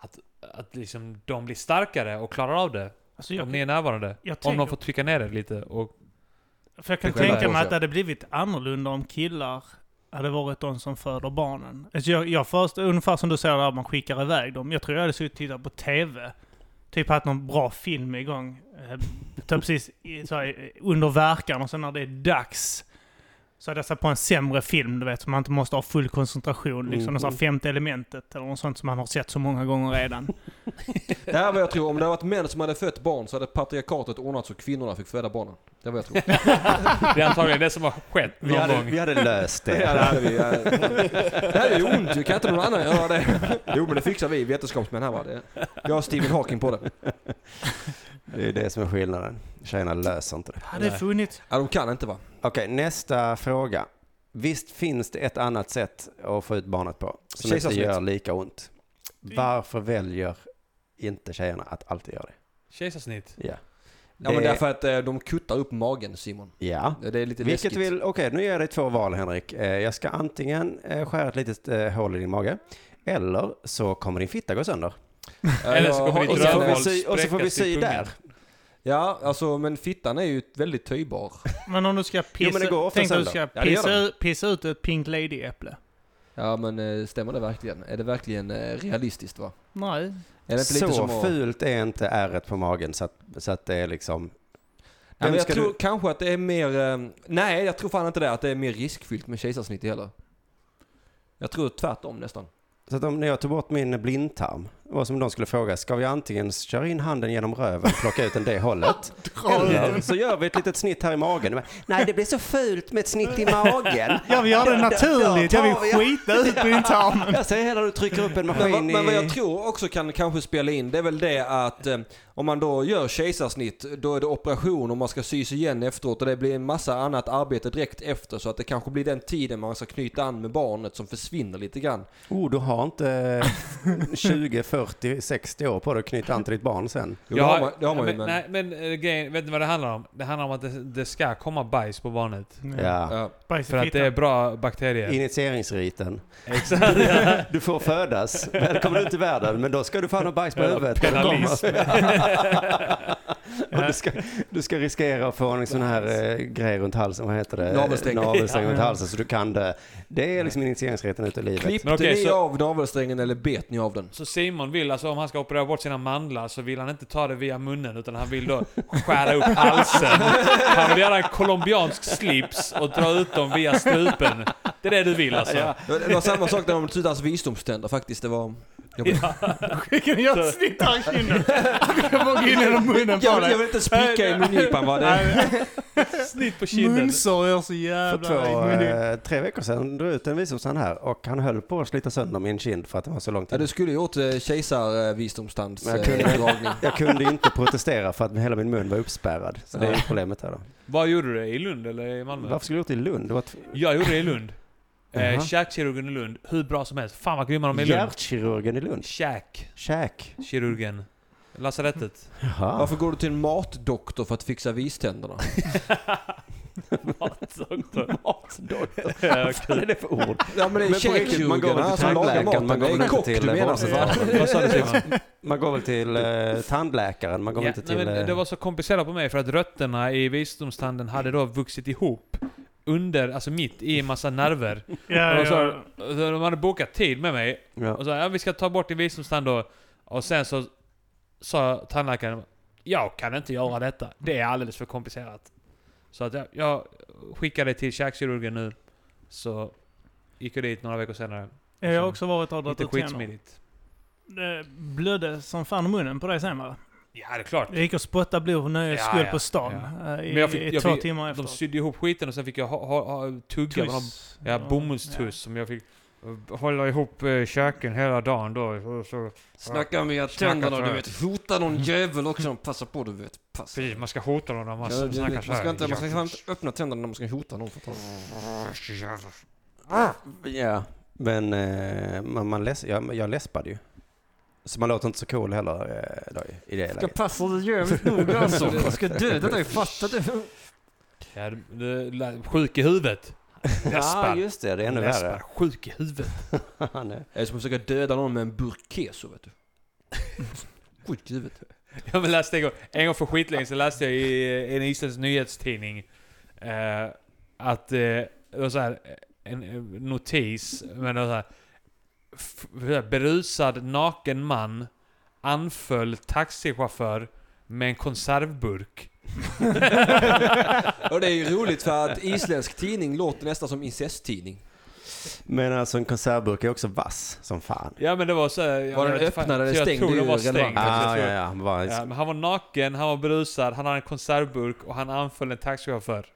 att, att liksom de blir starkare och klarar av det.
Alltså
om
jag,
ni är närvarande.
jag
Om de
tänker-
får trycka ner det lite. Och,
för jag kan
Det skyller
tänka
på
mig
sig.
att det hade blivit annorlunda om killar hade varit de som föder barnen. Alltså jag, jag först, ungefär som du säger där, man skickar iväg dem. Jag tror jag hade suttit och tittat på TV. Typ haft någon bra film igång. Eh, Typ precis i- så här, eh, under verkan och sen när det är dags så hade jag satt på en sämre film, du vet, så man inte måste ha full koncentration. Liksom,
Mm.
något sånt här femte elementet eller något sånt som man har sett så många gånger redan.
Det här är vad jag tror. Om det hade varit män som hade fött barn så hade patriarkatet ordnat så kvinnorna fick föda barnen. Det var jag tror.
det är antagligen det som har skett
Vi
någon
hade,
gång.
vi hade löst
Det
det.
hade vi. ja. Det här är ju ont ju. Kan inte någon annan göra det? Jo men det fixar vi vetenskapsmän här va. Det, jag har Stephen Hawking på det.
Det är det som är skillnaden. Tjejerna löser inte det.
Hade
Nej.
funnits...
Ja, de kan inte va?
Okej, nästa fråga. Visst finns det ett annat sätt att få ut barnet på som inte
Kejsarsnitt.
gör lika ont? Varför väljer inte tjejerna att alltid göra det?
Kejsarsnitt.
Ja,
Ja men därför att eh, de kuttar upp magen Simon.
ja.
Det är lite
Vilket
läskigt.
vill, okej nu ger jag dig två val Henrik. Eh, Jag ska antingen eh, skära ett litet eh, hål i din mage, eller så kommer din fitta gå sönder.
Ja,
Eller så
jag
kommer
har-
ditt
Och
och
så får
sen-
vi
rövhål
sy, och så får vi
spräckas i
sy
pungen.
där.
Ja, alltså men fittan är ju väldigt töjbar.
Men om du ska pissa...
men det går ofta
tänk dig att du ska
sönder.
Ja, det gör
pissa, ut- pissa ut ett Pink Lady-äpple.
Ja men eh, stämmer det verkligen? Är det verkligen eh, realistiskt va?
Nej.
Är det inte lite
Så
som att-
fult är inte ärret på magen så att, så att det är liksom...
Ja,
Vem
men jag
ska
tror
du-
kanske att det är mer... eh, Nej, jag tror fan inte det. Att det är mer riskfyllt med kejsarsnitt heller. Jag tror tvärtom nästan.
Så att om, när jag tog bort min blindtarm var som de skulle fråga, ska vi antingen köra in handen genom röven, plocka ut den det hållet, eller så gör vi ett litet snitt här i magen. Men, Nej, det blir så fult med ett snitt i magen.
Jag vill göra det
Då- då- då
naturligt. Jag vill
tar jag-
skita ut på intarmen.
Jag ser hela du trycker upp
Men,
en
vad-
maskin
men vad jag
i...
tror också kan kanske spela in, det är väl det att eh, om man då gör kejsarsnitt, då är det operation och man ska sys igen efteråt och det blir en massa annat arbete direkt efter så att det kanske blir den tiden man ska knyta an med barnet som försvinner lite grann.
Oh, du har inte eh, 20, 40, 60 år på dig att knyta an till ditt barn sen.
Jo, det har man, det har man ju, men...
Nej, men eh, grejen, vet ni vad det handlar om? Det handlar om att det, det ska komma bajs på barnet.
Ja.
Ja.
Bajs i
För att det
fittan.
är bra bakterier.
Initieringsriten.
Exakt.
Du får födas. Välkommen ut i världen, men då ska du fan ha bajs på
Ja,
huvudet.
penalism.
Och du, ska, du ska riskera att få en sån här eh, grej runt halsen, vad heter det?
Navelsträng.
Navelsträng runt halsen så du kan det. Det är liksom initieringsriten ut i livet.
Klippte
Men okej,
ni
så-
av navelsträngen eller bet ni av den?
Så Simon vill alltså, om han ska operera bort sina mandlar så vill han inte ta det via munnen utan han vill då skära upp halsen. Han vill göra en colombiansk slips och dra ut dem via strupen. Det är det du vill alltså?
Ja.
Det var- Det var samma sak när de tog ut hans visdomständer faktiskt. Det var... Jag vill,
Jag kan göra ett snitt här i kinden. Jag får gå in genom munnen på
jag vill, jag
dig.
vill inte spricka i mungipan va? Det,
Snitt på kinden.
Munsorr gör så
För
jävla
två,
ont. Men det-
eh, tre veckor sedan drog ut en visdomstand här och han höll på att slita sönder min kind för att den var så långt
ja,
in.
du skulle ju gjort eh, kejsarvisdomstandsdragning.
Men jag kunde-
eh,
Jag kunde ju inte protestera för att hela min mun var uppspärrad. Så det är ju problemet här då.
Vad gjorde du? det? I Lund eller i Malmö?
Varför skulle du gjort det i Lund? Det var ett
Jag gjorde det i Lund. Eh,
Jaha.
Käkkirurgen i Lund. Hur bra som helst. Fan vad grymma de är i Lund.
hjärtkirurgen i Lund.
Käkkirurgen.
Käk.
Lasarettet.
Jaha.
Varför går du till en matdoktor för att fixa viständerna?
Matdoktor.
Matdoktor.
Ja,
Vad
kul.
är det för ord?
Ja men det
Men
är
på riktigt, man går
käkkirurgen,
väl till
han som lagar
tandläkaren, man
maten.
går
Det är en kock
väl inte till,
du
eh,
menar för
barnsängaren.
fan.
Vad sa du Simon?
Man går väl till eh, tandläkaren? Man går
Ja,
väl inte
nej,
till...
men
eh,
det var så komplicerat på mig för att rötterna i visdomstanden hade då vuxit ihop under, alltså mitt i en massa nerver.
Ja,
Och så-
ja.
Och så De hade bokat tid med mig
ja.
och sa ja, vi ska ta bort din visdomstand då. Och sen så sa tandläkaren jag kan inte göra detta. Det är alldeles för komplicerat. Så att jag, jag skickade till käkkirurgen nu. Så gick jag dit några veckor senare.
Jag har också varit och dragit
Lite
ut tänderna.
skitsmidigt.
Det blödde som fan i munnen på dig sen va?
Ja, det är klart.
Jag gick och spottade blod för nöjes
Ja,
skull
ja,
på stan.
ja.
eh, I,
Men jag fick-
i
jag
två
fick-
timmar
De
efter.
sydde ihop skiten och sen fick jag ha, ha, ha, tugga på någon
Tuss.
Ja, bomullstuss som jag fick eh, hålla ihop eh, käken hela dagen då. Så, så,
Snacka med
Snacka
tänderna
för-
du vet. Hota någon jävel också. Passa på du vet. Passa.
precis, man ska hota dem när man
Ja, det-
snackar
man
så här.
ska inte, man ska fan inte öppna tänderna när man ska hota någon för fan.
ja. Men eh, man, man läs, jag, jag läspade ju. Så man låter inte så cool heller eh, då, i det läget.
passa dig jävligt noga alltså. Jag ska döda dig, fattar du?
Ja, du, du, lä- sjuk i huvudet.
Ja,
Läspar.
just det. Det är ännu
Läspar.
värre.
Sjuk i huvudet.
Han är-
Jag är som att försöka döda någon med en burk keso vet du. Sjukt givet.
Jag men läste en gång, en gång för skitlänge sedan läste jag i eh, en isländsk nyhetstidning eh, att eh, det var så här, en eh, notis, men det var så här, f- så här, berusad naken man anföll taxichaufför med en konservburk.
Och det är ju roligt för att isländsk tidning låter nästan som incesttidning.
Men alltså en konservburk är också vass som fan.
Ja men det var så här, jag
Var den
vet inte
öppnad
fan-
eller
så
stängd?
Jag tror
Det är
den var
ju relevant.
stängd.
Ah,
alltså,
ja,
jag
ja. Bara,
tror- Ja, men han var naken, han var berusad, han hade en konservburk och han anföll en taxichaufför.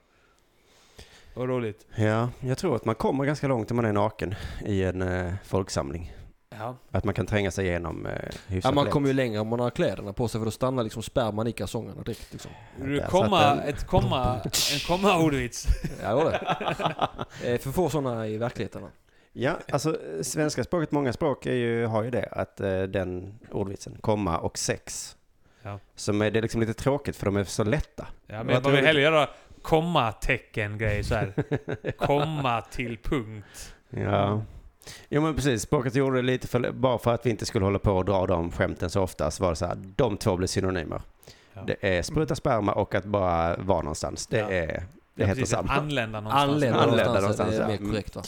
Vad roligt.
ja, jag tror att man kommer ganska långt om man är naken i en eh, folksamling.
Ja.
Att man kan tränga sig igenom eh, hyfsat
Ja, man
lätt.
kommer ju längre om man har kläderna på sig för då stannar liksom sperman i kalsongerna direkt. Liksom.
Du,
Där
komma,
satt den.
ett komma, en komma ordvits.
Ja, det var det. Eh, För få sådana i verkligheten. va?
Ja, alltså eh, svenska språket, många språk är ju, har ju det, att eh, den ordvitsen, komma och sex.
Ja.
Som är, det är liksom lite tråkigt för de är så lätta.
Ja,
Vad
men man vill
roligt.
hellre göra kommatecken grej så här. Komma till punkt.
Ja. Jo men precis, språket gjorde det lite för, bara för att vi inte skulle hålla på och dra de skämten så ofta så var det så här, de två blir synonymer.
Ja.
Det är spruta sperma och att bara vara någonstans. Det
Ja.
är, det
Ja,
heter
precis,
samma.
Anlända någonstans.
Anlända
Anlända
någonstans,
någonstans,
det är
ja.
Mm.
mer korrekt va?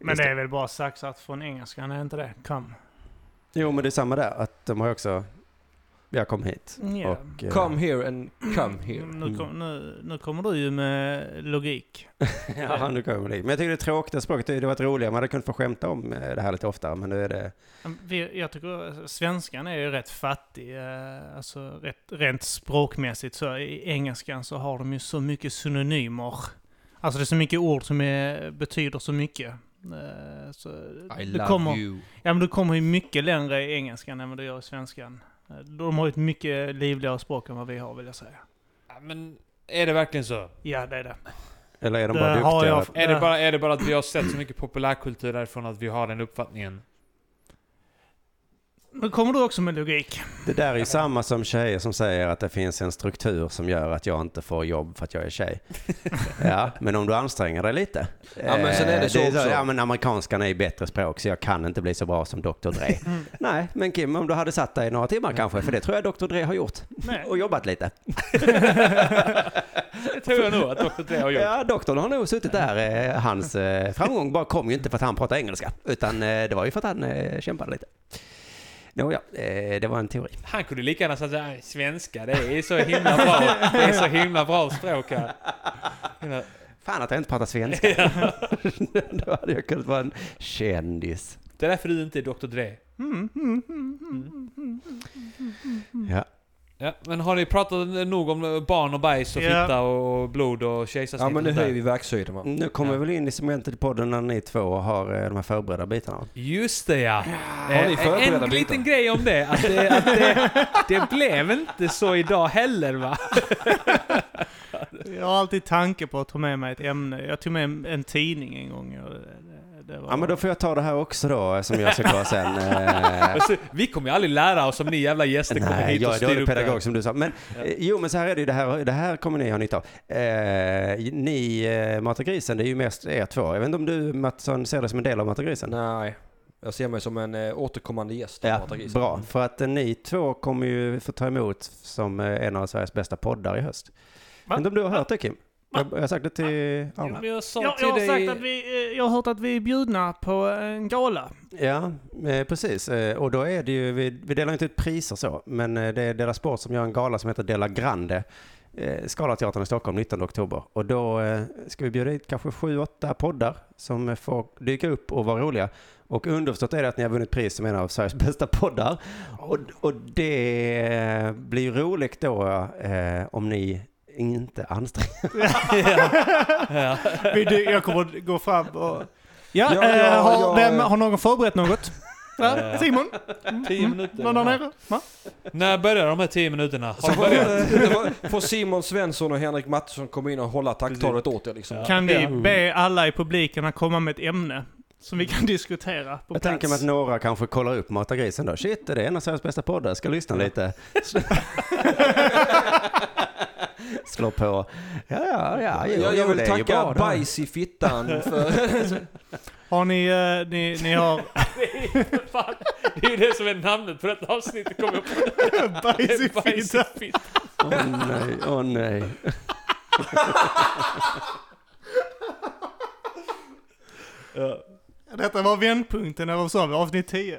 Men det är väl bara saxat från engelskan, är inte det? Come.
Jo men det är samma där, att de har också jag kom hit.
Ja.
Och, eh,
Come here and come here. Mm.
Nu, kom, nu, nu kommer du ju med logik.
ja, nu kommer det. Men jag tycker det är tråkigt att språket. Det var varit roligare. Man hade kunnat få skämta om eh, det här lite oftare. Men nu är det...
Vi, jag tycker att svenskan är ju rätt fattig, eh, alltså rätt, rent språkmässigt. Så I engelskan så har de ju så mycket synonymer. Alltså det är så mycket ord som är, betyder så mycket. Eh, Så
I
du,
love
kommer,
you.
ja, men du kommer ju mycket längre i engelskan än vad du gör i svenskan. Eh, De har ju ett mycket livligare språk än vad vi har vill jag säga.
Ja, Men är det verkligen så?
Ja, det är det.
Eller är de
Det
bara
har
duktiga?
jag-
Är det,
Ja.
bara, är det bara att vi har sett så mycket populärkultur därifrån att vi har den uppfattningen?
Nu kommer du också med logik.
Det där är ju samma som tjejer som säger att det finns en struktur som gör att jag inte får jobb för att jag är tjej. Ja, men om du anstränger dig lite.
Ja, men sen är det
Eh,
så också.
Ja, men amerikanskan är ju bättre språk så jag kan inte bli så bra som Dr. Dre. Nej, men Kim, om du hade satt dig några timmar kanske, för det tror jag Dr. Dre har gjort.
Nej.
Och jobbat lite.
Det tror jag nog att Dr. Dre har gjort.
Ja, doktorn har nog suttit där. Eh, Hans eh, framgång bara kom ju inte för att han pratade engelska, utan eh, det var ju för att han eh, kämpade lite. Nåja, eh, det var en teori.
Han kunde lika gärna sagt såhär, "Äh, svenska, det är så himla bra. Det är så himla bra språk här.
Fan att jag inte pratar svenska. Då hade jag kunnat vara en kändis.
Det är därför du inte är Dr. Dre.
Mm, mm, mm, mm, mm, mm, mm, mm.
Ja.
Ja, men har ni pratat nog om barn och bajs och
Ja.
fitta och blod och kejsarsnitt?
Ja men nu
och sånt
höjer
där?
vi verkshöjden va.
Nu kommer vi väl in i segmentet i podden när ni två har eh, de här förberedda bitarna.
Just det ja!
Har ni
Eh,
förberedda
en
bitar?
liten grej om det, att, det, att det, det blev inte så idag heller va?
Jag har alltid tanke på att ta med mig ett ämne. Jag tog med en, en tidning en gång. Och det, det, det var...
Ja men då får jag ta det här också då som jag ska ta sen. Eh,
Alltså, vi kommer ju aldrig lära oss om ni jävla gäster kommer
Nej,
hit och
jag är
styr
dålig
upp det.
pedagog
här.
som du sa. Men eh, jo, men så här är det ju. Det här, det här kommer ni ha nytta av. Eh, ni eh, matar grisen, det är ju mest er två. Jag vet inte om du Mattsson ser det som en del av matar grisen?
Nej, jag ser mig som en eh, återkommande gäst.
Ja,
Mata grisen.
bra. För att eh, ni två kommer ju få ta emot som eh, en av Sveriges bästa poddar i höst.
Va?
Men om du har hört det Kim? Jag, jag har sagt det till Arne.
Jag sa
jag,
till
jag, har
dig...
sagt att vi, eh, jag har hört att vi är bjudna på en gala.
Ja, eh, precis. Eh, Och då är det ju, vi, vi delar inte ut priser så, men eh, det är deras Sport som gör en gala som heter Della Grande. eh, Scalateatern i Stockholm 19 oktober. Och då eh, ska vi bjuda hit kanske 7-8 poddar som eh, får dyka upp och vara roliga. Och underförstått är det att ni har vunnit pris som en av Sveriges bästa poddar. Och, och det eh, blir ju roligt då eh, om ni inte anstränger
Vi dy- jag kommer att gå fram och... Ja,
Ja,
eh,
ja,
har,
ja.
Vem, har någon förberett något? Ja,
Eh,
Simon? Mm.
Tio minuter.
Någon där nere? Va?
När börjar de här tio minuterna? Har
Så
de
får,
börjat?
det var- får Simon Svensson och Henrik Mattsson komma in och hålla takttalet åt er liksom.
Ja.
Kan vi
Ja.
be alla i publiken att komma med ett ämne som vi kan diskutera på
Jag
plats?
tänker mig att några kanske kollar upp Mata grisen då. Shit, det är en av Sveriges bästa poddar. Jag ska lyssna lite. Slå på. Ja, ja, ja. Jo,
jag, jag
jo,
vill
det är ju
tacka
bra det här.
bajs i fittan för...
Har ni, eh, ni, ni har...
Fan, det är ju det som är namnet på detta avsnittet. Kommer jag på
Bajs i
det. Bajs
fittan.
i fitta.
Åh nej, åh nej.
Detta var vändpunkten, eller vad sa vi? Avsnitt 10.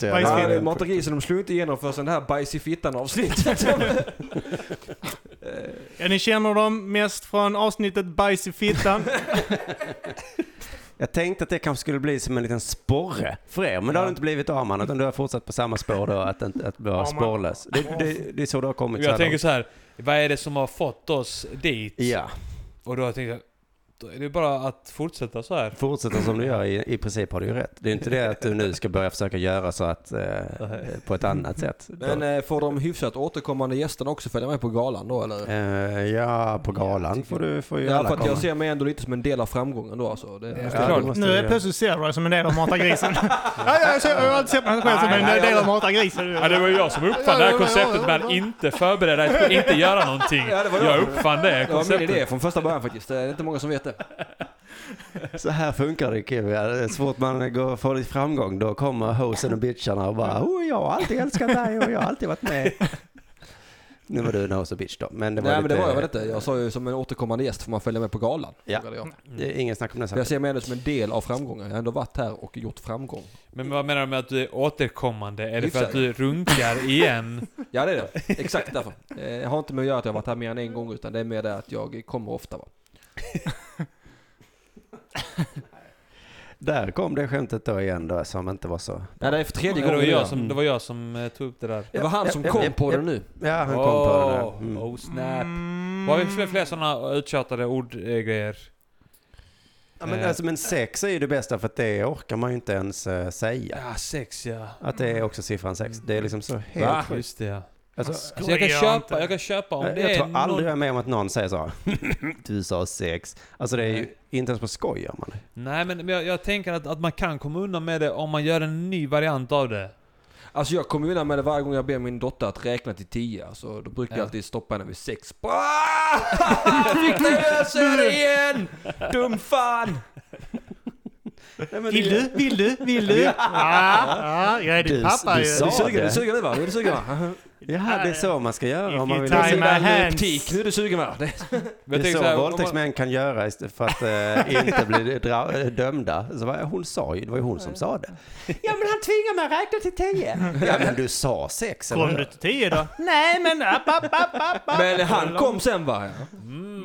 Bajs i
det. det var-
Ja, det är
fittan.
Mata grisen, de slog inte igenom för sen det här bajs i fittan avsnittet.
Ja, ni känner dem mest från avsnittet Bajs i fittan.
Jag tänkte att det kanske skulle bli som en liten sporre för er, men det har det inte blivit av man, utan du har fortsatt på samma spår då, att, inte- att vara
Arman.
spårlös. Det, det, det är så det har kommit så
Jag
här
tänker
långt.
så här. vad är det som har fått oss dit?
Ja,
Och då tänkte jag, då är det bara att fortsätta så här.
fortsätter som du gör, i, i princip har du ju rätt. Det är inte det att du nu ska börja försöka göra så att, eh, på ett annat sätt.
Men eh, får de hyfsat återkommande gästerna också följa med på galan då eller?
Eh, ja, på galan får du får ju
Ja,
alla
för att
komma.
jag ser mig ändå lite som en del av framgången då alltså. Det,
Ja.
Ja,
Klart.
det måste
Nu
du
är
göra.
plötsligt Sarah som en del av Mata grisen. ja, jag, jag, jag har alltid sett mig själv som en
Nej,
del
nej,
av Mata grisen.
Ja, det var ju jag som uppfann det här konceptet med att inte förbereda dig för att inte göra någonting.
Ja, det var jag.
Jag uppfann det
det var min idé
konceptet.
från första början faktiskt. Det är inte många som vet det.
Så här funkar det Kim. Ja, det är Så fort man går, får lite framgång då kommer hosen och bitcharna och bara oh, jag har alltid älskat dig och jag har alltid varit med. Nu var du en house och bitch då. Men det var
Nej men
lite,
det var jag väl inte. Jag sa ju som en återkommande gäst får man följa med på galan.
Ja.
frågade Jag.
det är Ingen snack om den
För
saken.
jag ser mig ändå som en del av framgången. Jag har ändå varit här och gjort framgång.
Men vad menar du med att du är återkommande? Är det för
Hyfsad.
att du runkar igen?
Ja det är det. Exakt därför. Eh, Jag har inte med att göra att jag har varit här mer än en gång utan det är mer det att jag kommer ofta va.
Där kom det skämtet då igen då som inte var så...
Nej det är för tredje
Det var,
gången
jag
nu,
som, det var jag som eh, tog upp det där.
ja. Det var han som
Ja,
kom
ja,
på
ja.
det nu.
Ja, han kom på det där.
Åh,
Mm.
Oh snap.
Mm.
Vad har vi för fler sådana uttjatade eh, ordgrejer?
Ja, men,
Eh.
alltså, men sex är ju det bästa för att det orkar man ju inte ens eh, säga.
Ja, sex ja.
Att det är också siffran sex.
Mm.
Det är liksom så helt
Va?
sjukt.
Just det ja.
Alltså,
Så jag kan
Skojar
köpa,
inte.
jag kan köpa om
jag
det är
tror aldrig
någon...
jag är med om att någon säger så. du sa sex. Alltså det är ju inte ens på skoj gör man det.
Nej men men jag, jag tänker att, att man kan komma undan med det om man gör en ny variant av det.
Alltså jag kommer undan med det varje gång jag ber min dotter att räkna till tio. Alltså, då brukar
Ja.
jag alltid stoppa henne vid sex. Ah! Fick ni lösa det igen! Dum fan!
Vill du? Vill du? Vill du? Ja, ja, jag är din
Du-
pappa
du
ju.
sa-
Du är sugen,
det.
du är sugen nu va? Nu är du sugen va?
Ja, det är så man ska göra om
If
man
you
vill.
time my
Sugen med
hands.
optik, Nu är du sugen va? Det-
Men
Det
jag
är
tänker
så
så här, om man,
våldtäktsmän kan göra istället för att eh, inte bli dra- dömda. Så vad, hon sa ju, det var ju hon som sa det. Ja men han tvingar mig att räkna till tio. Ja men du sa sex eller
Kom du
hur?
till tio då? Nej men app, app, app, app, app.
Men han kom sen va? Ja.
Mm.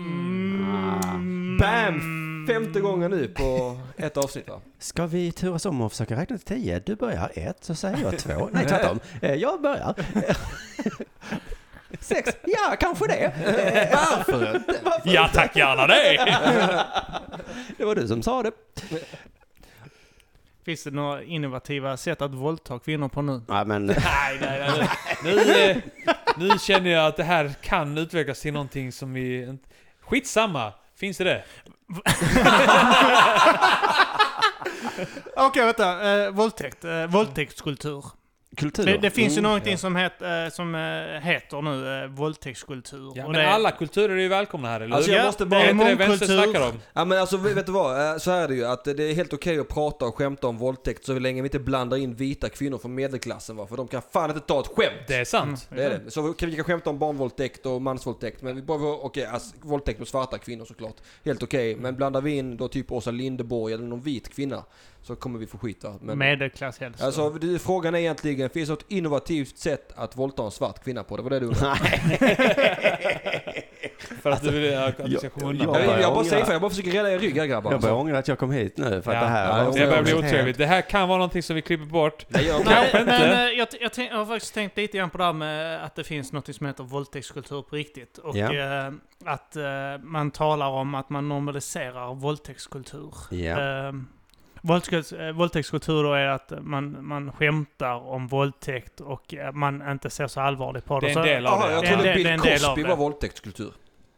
Mm.
Bam! Femte gången nu på ett avsnitt va?
Ska vi turas om och försöka räkna till tio? Du börjar ett, så säger jag två. Nej tvärtom, Eh, jag börjar. Sex, ja kanske det. Eh,
Varför inte?
Ja tack gärna det!
Det var du som sa det.
Finns det några innovativa sätt att våldta kvinnor på nu?
Ja men
Nej, nej, nej. nej.
Nu, eh, nu känner jag att det här kan utvecklas till någonting som vi... inte- Skitsamma! Finns det det?
Okej, vänta. Uh, våldtäkt. Eh, våldtäktskultur.
kultur.
Det, det finns ju
Mm.
någonting som, het, eh, som eh, heter nu uh, våldtäktskultur.
Ja,
Och
men
det-
alla kulturer är ju välkomna här, eller
Alltså, jag
hur?
Ja,
måste
Det
bara-
är
det är
inte det vänster
mångkultur.
snackar om.
Ja men alltså vet du vad? Eh, Så här är det ju att det är helt okej att prata och skämta om våldtäkt så länge vi inte blandar in vita kvinnor från medelklassen va? För de kan fan inte ta ett skämt!
Det är sant.
Mm. Det
Mm.
är det. Så kan vi kan skämta om barnvåldtäkt och mansvåldtäkt. Men vi bara, okej, alltså, våldtäkt mot svarta kvinnor såklart. Helt okej. Men blandar vi in då typ Åsa Linderborg eller någon vit kvinna så kommer vi få skit va? Men,
Medelklass helst.
alltså det- frågan är egentligen, finns det något innovativt sätt att våldta en svart kvinna på? Det var det du undrade.
För att du vill att vi ska komma undan.
Jag,
jag-
Jag,
jag,
börjar
bara säger
ångra.
för, jag bara försöker rädda er rygg här grabbar.
Jag börjar
Alltså.
ångra att jag kom hit nu för att
Ja.
det här
Ja,
var
jag
det börjar bli
helt-
otrevligt. Det här kan vara någonting som vi klipper bort.
Nej, jag,
Kanske
Nej,
inte.
men eh, jag, jag, tänk, jag har faktiskt tänkt lite grann på det här med att det finns något som heter våldtäktskultur på riktigt. Och
Ja.
eh, att eh, man talar om att man normaliserar våldtäktskultur.
Ja.
Eh, våldtäkts- eh, våldtäktskultur då är att man, man skämtar om våldtäkt och eh, man inte ser så allvarligt på det.
Det är
Så-
en del av
Jaha,
det.
jag
Det är
ja.
en
trodde
del- det är en
Bill
del av
Cosby
det.
var våldtäktskultur.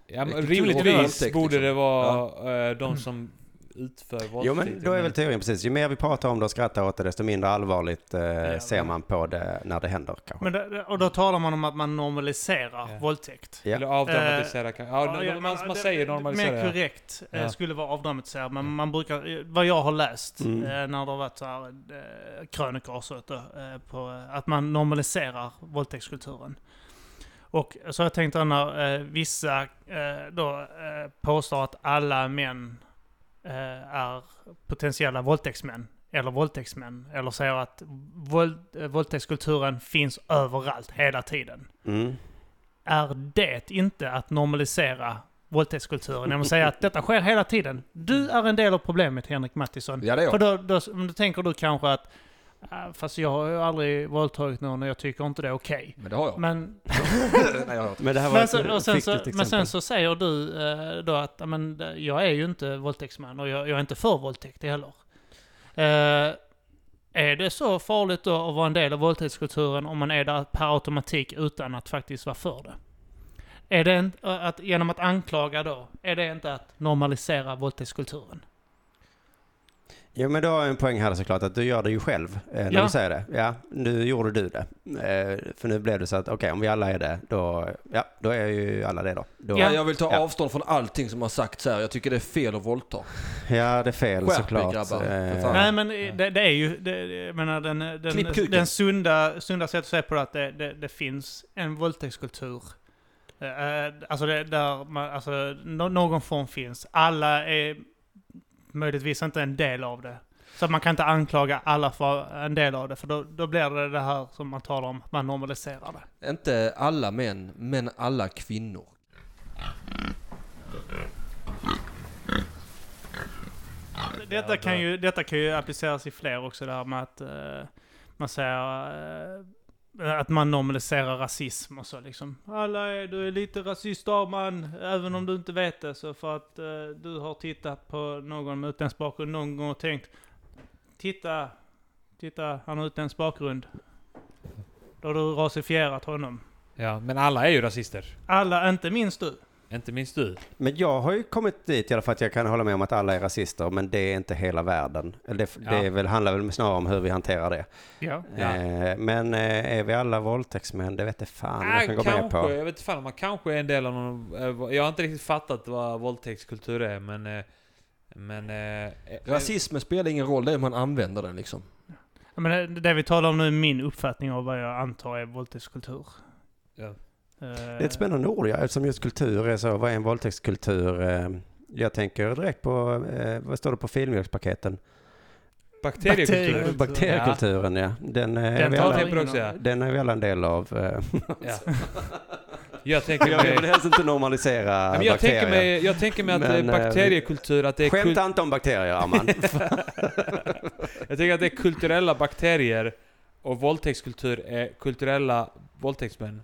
Ja, men
Det är kultur och
rimligtvis
våldtäkt,
borde
liksom.
det vara eh, de som utför våldtäkt.
Jo men då är väl teorin precis, ju mer vi pratar om det och skrattar åt det desto mindre allvarligt eh, ser man på det när det händer kanske.
Men det, det- och då talar man om att man normaliserar
Ja.
våldtäkt.
Ja.
Eller avdramatisera kanske. Ja,
Eh, Ja, ja,
man, man,
men
man
det-
säger
det-
normalisera.
Mer korrekt eh,
Ja.
skulle vara avdramatiserad, men man brukar, eh, vad jag har läst
Mm.
eh, när det har varit så här, eh, krönikor och sånt då, eh, på, eh, att man normaliserar våldtäktskulturen. Och så har jag tänkt då när eh, vissa eh, då eh, påstår att alla män eh, är potentiella våldtäktsmän. Eller våldtäktsmän. Eller säger att våld, eh, våldtäktskulturen finns överallt, hela tiden
Mm.
är det inte att normalisera våldtäktskulturen? När man säger att detta sker hela tiden. Du är en del av problemet Henrik Mattisson.
Ja det är
För
jag.
då, då, då tänker du kanske att "Ah, fast jag har ju aldrig våldtagit någon och jag tycker inte det är okej.
Men det har jag.
Men,
Nej, jag har inte.
Men det här var
men,
ett
sen, och sen
fiktigt
så,
exempel.
men sen så säger du eh, då att "Ah, men, eh, jag är ju inte våldtäktsman och jag, jag är inte för våldtäkt heller. Eh, är det så farligt då att vara en del av våldtäktskulturen om man är där per automatik utan att faktiskt vara för det? Är det inte, att, genom att anklaga då, är det inte att normalisera våldtäktskulturen?
Jo men du har en poäng här såklart att du gör det ju själv eh, när
Ja.
du säger det. Ja, nu gjorde du det. Eh, för nu blev det så att okej om vi alla är det då, ja då är ju alla det då. då
Ja, jag vill ta
Ja.
avstånd från allting som har sagts här. Jag tycker det är fel att våldta.
ja, det är fel
Skärp er,
såklart.
grabbar. För
Eh,
fan.
Nej men eh, det, det är ju, det, jag menar den, den,
Klipp kuken.
den sunda, sunda sättet att säga på det att det, det, det finns en våldtäktskultur Eh, Alltså, det, där man, alltså nå- någon form finns. Alla är möjligtvis inte en del av det. Så att man kan inte anklaga alla för en del av det, för då, då blir det det här som man talar om, man normaliserar det.
Inte alla män, men alla kvinnor.
Detta kan ju, detta kan ju appliceras i fler också, där med att eh, man säger eh, att man normaliserar rasism och så liksom. Alla är, du är lite rasist av man, även om du inte vet det. Så för att eh, du har tittat på någon med utländsk bakgrund någon gång och tänkt, titta, titta, han har utländsk bakgrund. Då har du rasifierat honom.
Ja, men alla är ju rasister.
Alla, inte minst du.
Inte minst du.
Men jag har ju kommit dit i alla fall att jag kan hålla med om att alla är rasister, men det är inte hela världen. Eller Det, det är
Ja.
väl, handlar väl snarare om hur vi hanterar det.
Ja.
Ja.
Eh, men eh, är vi alla våldtäktsmän? Det vet jag fan om jag kan gå med
Äh, kanske.
på.
Jag vet fan om man kanske är en del av någon... eh, Jag har inte riktigt fattat vad våldtäktskultur är, men... eh, Men... eh, eh,
Rasismen spelar ingen roll, det är hur man använder den liksom.
Ja, Men det, det vi talar om nu är min uppfattning av vad jag antar är våldtäktskultur. Eh,
Ja.
Det är ett spännande ord, ja, eftersom just kultur är så. Vad är en våldtäktskultur? Eh, Jag tänker direkt på, eh, vad står det på filmjölkspaketen?
Bakteriekultur.
Bakteriekulturen, ja. Den, eh, är
Den
vi
Jag
talar
alla,
tänker också, ja.
den är vi alla en del av. eh.
Ja. Jag tänker
Jag vill
mig...
helst inte normalisera
Ja, men jag, tänker
bakterier.
mig, jag tänker mig att
Men,
det är
eh,
bakteriekultur, att det är kul,
Skämta inte om bakterier, Arman.
jag tänker att det är kulturella bakterier och våldtäktskultur är kulturella våldtäktsmän.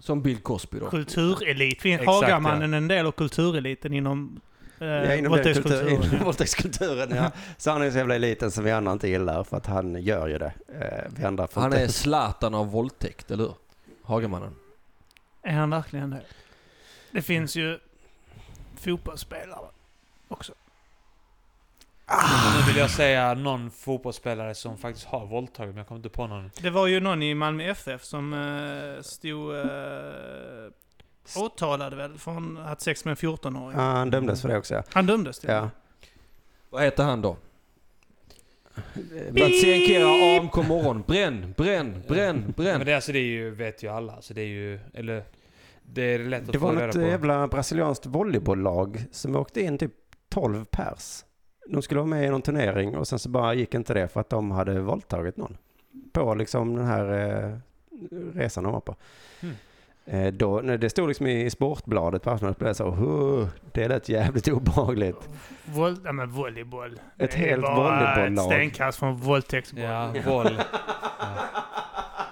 Som Bill Cosby då.
Kulturelit. Fin-
Exakt,
Hagamannen är en del av kultureliten inom eh,
Ja, inom den kultur,
våldtäktskulturen.
inom våldtäktskulturen, ja. Så han är så jävla eliten som vi andra inte gillar, för att han gör ju det. Eh, Vi andra får
Han
inte-
är Zlatan av våldtäkt, eller hur? Hagamannen.
Är han verkligen det? Det finns ju fotbollsspelare också.
Nu vill jag säga någon fotbollsspelare som faktiskt har våldtagit, men jag kommer inte på någon.
Det var ju någon i Malmö FF som eh, stod eh, åtalad väl för att ha haft sex med en 14-åring.
Ja, han dömdes för det också, ja.
Han dömdes till
ja.
Vad heter han då? Batsenkera AMK morgon. Bränn, bränn, bränn,
Men
bränn.
det, alltså, det är ju, vet ju alla, så det är ju, eller... Det är lätt att
Det var
få
något
reda på.
jävla brasilianskt volleybollag som åkte in typ 12 pers. De skulle vara med i någon turnering och sen så bara gick inte det för att de hade våldtagit någon. På liksom den här eh, resan de var på.
Hmm.
Eh, då, när det stod liksom i i Sportbladet på Aftonbladet blev jag så "Huh, det lät jävligt obehagligt.
Vold, ja, men volleyboll.
Ett
Det är
helt
bara
volleybollag.
Ett stenkast från våldtäktsboll.
Ja, boll. Ja.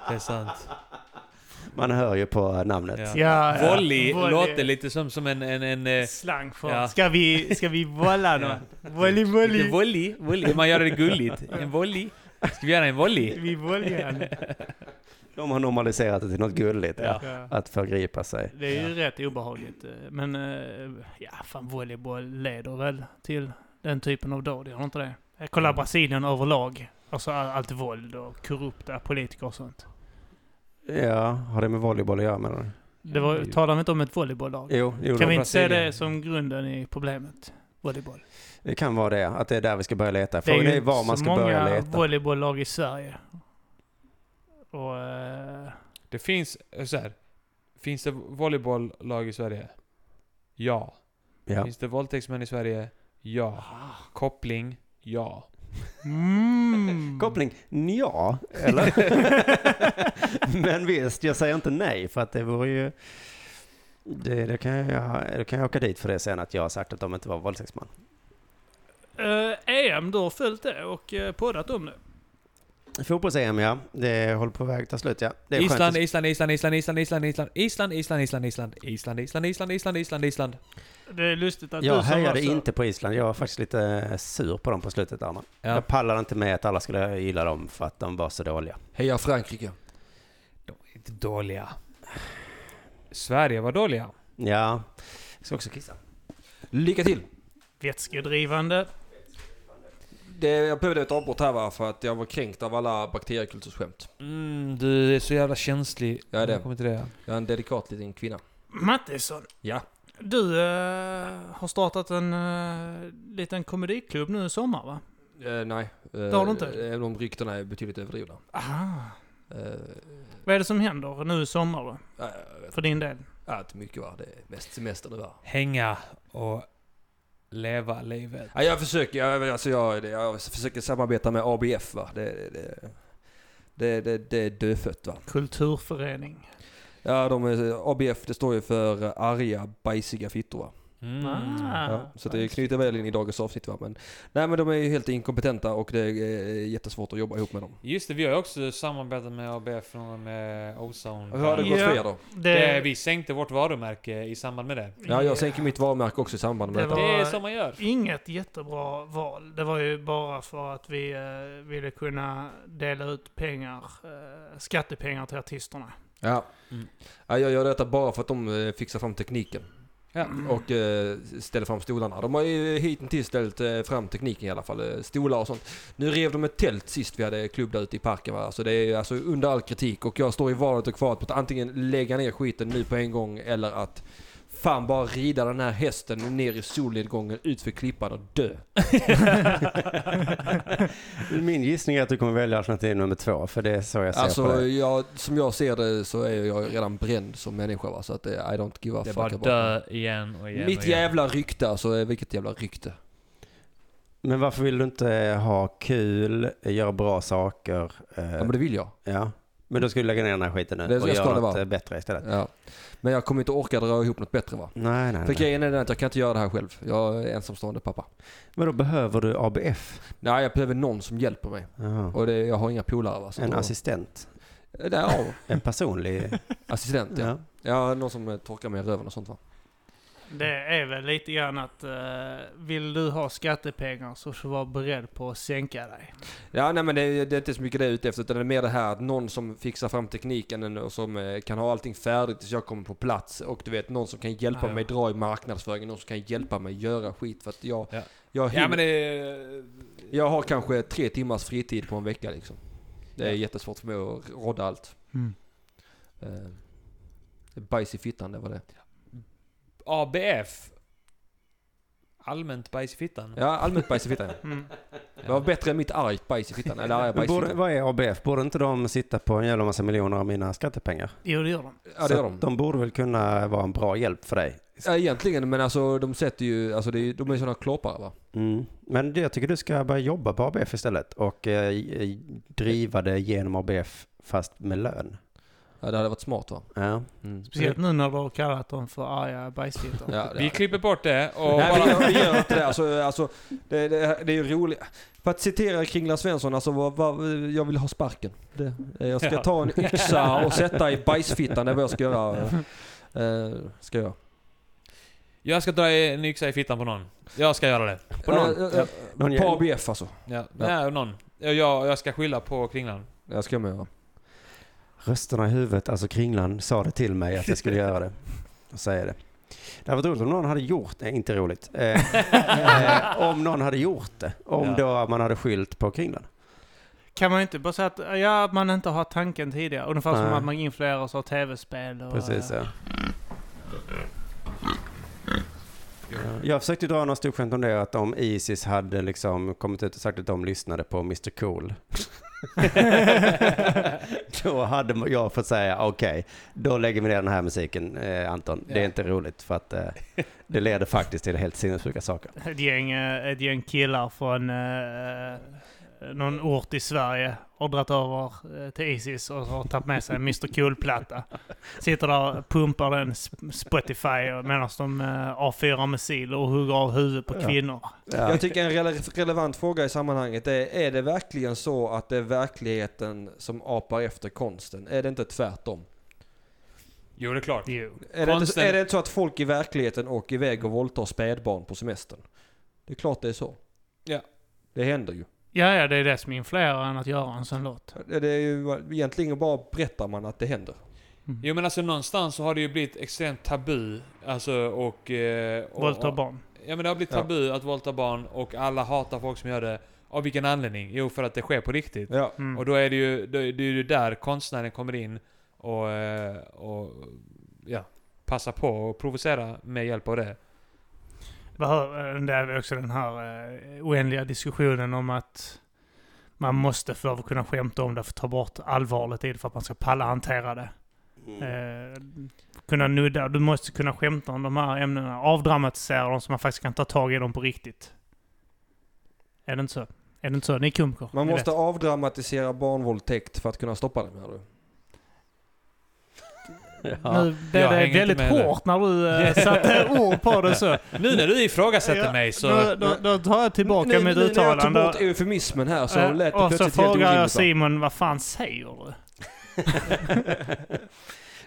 Det är sant.
Man hör ju på namnet.
Ja.
Ja, ja.
Volley låter lite som, som en... en, en eh,
Slang för...
Ja.
Ska, vi, ska vi volla då? Volley,
lite
volley.
volley. volley. Man gör det gulligt. En volley. Ska vi göra en volley?
Vi volleyar.
De har normaliserat det till något gulligt.
Ja.
Ja.
Att förgripa sig.
Det är ju rätt obehagligt. eh, Men eh, ja, fan volleyboll leder väl till den typen av dåd, gör inte det? Jag
Mm.
kollar Brasilien överlag. Alltså all- allt våld och korrupta politiker och sånt.
Ja, har det med volleyboll att göra menar du?
Det var, talar vi inte om ett volleybollag?
Mm. Jo, jo
Kan
då.
vi inte se
Brasilien.
det som grunden i problemet? Volleyboll.
det kan vara det. Att det är där vi ska börja leta. Frågan är, ju var man
så
ska börja
många
leta.
volleybolllag i Sverige. Och... eh,
Det finns, eh, så här. Finns det volleybolllag i Sverige? Ja.
Mm.
Ja.
Finns det våldtäktsmän i Sverige? Ja. Koppling? Ja.
Mm.
Koppling? Ja, eller? Men visst, jag säger inte nej för att det vore ju... Det, det, kan jag, det kan jag åka dit för det sen att jag har sagt att de inte var våldtäktsman.
Eh, EM, du har följt det och eh, poddat om det.
Fotbolls-EM ja, det håller på väg att ta slut ja. Det är skönt.
Island,
att-
Island, Island, Island, Island, Island, Island, Island, Island, Island, Island, Island, Island, Island, Island, Island, Island.
Det är lustigt att
Jag
du som var
hejade
alltså-
så...
inte på Island, jag var faktiskt lite sur på dem på slutet Arman.
Ja.
Jag pallade inte med att alla skulle gilla dem för att de var så dåliga.
Heja Frankrike.
De är inte dåliga. Sverige var dåliga.
Ja, jag ska också kissa.
Lycka till!
Vätskedrivande.
Det, jag behövde ett avbrott här va, för att jag var kränkt av alla bakteriekulturskämt.
Mm, du är så jävla känslig.
Jag är det.
Jag kommer till det. ja.
Jag är en delikat liten kvinna.
Mattisson,
Ja.
du eh, har startat en eh, liten komediklubb nu i sommar va?
Eh, nej. Det
har du inte?
Även om ryktena är betydligt överdrivna.
Aha.
Eh,
Vad är det som händer nu i sommar då?
jag vet.
För din del?
Ja, inte mycket va. Det är mest semester nu va.
Hänga och leva livet.
Ja, jag försöker, jag, alltså jag, det- jag försöker samarbeta med ABF va. Det, det, det, det, det, det är dödfött va.
Kulturförening.
Ja, de är, ABF det står ju för arga bajsiga fittor va.
Mm.
Ah,
Ja, så det knyter väl in i dagens avsnitt va. Men, nej men de är ju helt inkompetenta och det är eh, jättesvårt att jobba ihop med dem.
Just det, vi har ju också samarbetat med ABF från eh, och med Ozone.
Hur har det gått
Ja.
för er då?
Det,
Det,
vi sänkte vårt varumärke i samband med det.
Ja, jag sänker mitt varumärke också i samband med
Det
detta.
var-
Det är som man gör.
Inget jättebra val. Det var ju bara för att vi eh, ville kunna dela ut pengar, eh, skattepengar till artisterna.
Ja.
Mm.
ja, jag gör detta bara för att de eh, fixar fram tekniken.
Ja.
Och eh, ställer fram stolarna. De har ju hittills ställt eh, fram tekniken i alla fall. eh, Stolar och sånt. Nu rev de ett tält sist vi hade klubb där ute i parken. Va? Alltså, det är ju alltså under all kritik. Och jag står i valet och kvalet på att antingen lägga ner skiten nu på en gång eller att fan bara rida den här hästen ner i solnedgången utför klippan och dö.
Min gissning är att du kommer välja alternativ nummer två, för det är så jag ser på
Alltså
det.
jag, som jag ser det så är jag redan bränd som människa va? Så att eh, I don't give a
Det är
fuck
bara
about
dö igen och igen
Mitt
och igen.
jävla rykte alltså, eh, vilket jävla rykte.
Men varför vill du inte ha kul, göra bra saker? eh,
Ja men det vill jag.
Ja. Men då ska du lägga ner den här skiten nu
Det
och
ska
göra
det
något
vara.
eh, bättre istället.
Ja. Men jag kommer inte orka dra ihop något bättre va?
Nej, nej,
För
nej.
grejen är den att jag kan inte göra det här själv. Jag är ensamstående pappa.
Men då behöver du ABF.
Nej, jag behöver någon som hjälper mig.
Jaha.
Och det, jag har inga polare va? Så
En
då- Eh,
assistent.
Ja,
En personlig.
assistent ja.
ja.
Ja, någon som eh, torkar mig i röven och sånt va?
Det är väl lite grann att eh, vill du ha skattepengar så får du vara beredd på att sänka dig.
Ja, nej men det, är- det är inte så mycket det jag är ute efter. Utan det är mer det här att någon som fixar fram tekniken en- och som eh, kan ha allting färdigt tills jag kommer på plats. Och du vet, någon som kan hjälpa
Ja, ja.
mig dra i marknadsföringen. Någon som kan hjälpa mig göra skit. För att jag,
Ja.
jag,
Ja
hinner,
men det är...
jag har kanske tre timmars fritid på en vecka liksom. Det är jättesvårt för mig att rodda allt. Eh, bajs i fittan, det var det.
ABF. Allmänt bajs i fittan.
Ja, allmänt bajs i fittan. ja.
Mm.
Det var bättre än mitt argt bajs i fittan. Eller arga
Men
bajs i
Borde,
fittan.
vad är ABF? Borde inte de sitta på en jävla massa miljoner av mina skattepengar?
Jo, det gör de.
Ja, det
Så
gör de.
att de borde väl kunna vara en bra hjälp för dig.
Ja, egentligen, men alltså de sätter ju, alltså det är, ju- de är ju sådana klåpare va?
Mm. Men jag tycker du ska börja jobba på ABF istället och eh, i- driva det genom ABF fast med lön.
Ja, det hade varit smart va?
Ja.
Mm.
Speciellt nu när du har kallat dem för arga bajsfitter.
Ja, det
Vi klipper bort det och
Nej, vi
bara...
gör, vi gör inte det. Alltså, alltså, det, det, det är ju roligt. För att citera Kringla Svensson, alltså, vad, vad, jag vill ha sparken. Det, eh, jag ska
Ja.
ta en yxa och sätta i bajsfittan, det är vad jag ska göra. Eh, ska jag.
Jag ska dra en yxa i fittan på någon. Jag ska göra det.
På någon?
Eh, eh,
Ja. Någon-
På ABF alltså.
Ja, Nej, någon. Jag, jag, jag ska skylla på kringlan.
Jag ska jag med va?
Rösterna i huvudet, alltså Kringlan, sa det till mig att jag skulle göra det. Och säga det. Det hade varit roligt om någon hade gjort det, inte roligt. Eh, eh, om någon hade gjort det. Om då man hade skyllt på Kringlan.
Kan man inte bara säga att ja, man inte har tanken tidigare? Ungefär som
Nej.
att man influeras av tv-spel och...
Precis ja. Jag försökte dra några storskämt om det, att om Isis hade liksom kommit ut och sagt att de lyssnade på Mr Cool. då hade jag fått säga okej, då lägger vi ner den här musiken eh, Anton. Det är
Ja.
inte roligt för att eh, det leder faktiskt till helt sinnessjuka saker.
Ett gäng, eh, ett gäng killar från eh, någon ort i Sverige har dragit över eh, till Isis och har tagit med sig en Mr Cool-platta. Sitter där och pumpar den sp- Spotify och medan de eh, avfyrar missiler och hugger av huvudet på
Ja.
kvinnor.
Ja.
Jag tycker en rele- relevant fråga i sammanhanget är, är det verkligen så att det är verkligheten som apar efter konsten? Är det inte tvärtom?
Jo, det är klart.
Jo.
Är det, inte,
Konsten-
är det inte så att folk i verkligheten åker iväg och våldtar spädbarn på semestern? Det är klart det är så.
Ja.
Det händer ju.
Ja, ja, det är det som influerar en att göra en sån låt.
Det det är ju egentligen bara berättar man att det händer.
Jo men alltså någonstans så har det ju blivit extremt tabu. Alltså och... eh, och-
Våldta barn.
Ja men det har blivit
Ja.
tabu att våldta barn och alla hatar folk som gör det. Av vilken anledning? Jo för att det sker på riktigt.
Ja.
Mm.
Och då är det ju, då, det är ju där konstnären kommer in och, eh, och ja, passar på och provocera med hjälp av det.
Behöver- Det är väl också eh, den här eh, oändliga diskussionen om att man måste för att kunna skämta om det, för att ta bort allvaret i det för att man ska palla hantera det.
Mm.
Eh, kunna nudda, du måste kunna skämta om de här ämnena, avdramatisera dem så man faktiskt kan ta tag i dem på riktigt. Är det inte så? Är det inte så? Ni är komiker.
Man
ni
måste
vet.
avdramatisera barnvåldtäkt för att kunna stoppa den här du.
Ja.
Nu blev
Jag
det
hänger inte
väldigt
med heller.
hårt när du eh, satte ord på det så.
Nu när du ifrågasätter
Ja,
mig så...
Eh,
Då, då, då tar jag tillbaka
Nu-
mitt
nu när jag tog
uttalande.
bort eufemismen här så
Eh,
lät det
och så
plötsligt helt
frågar jag
orimligt. va?
Simon, vad fan säger du?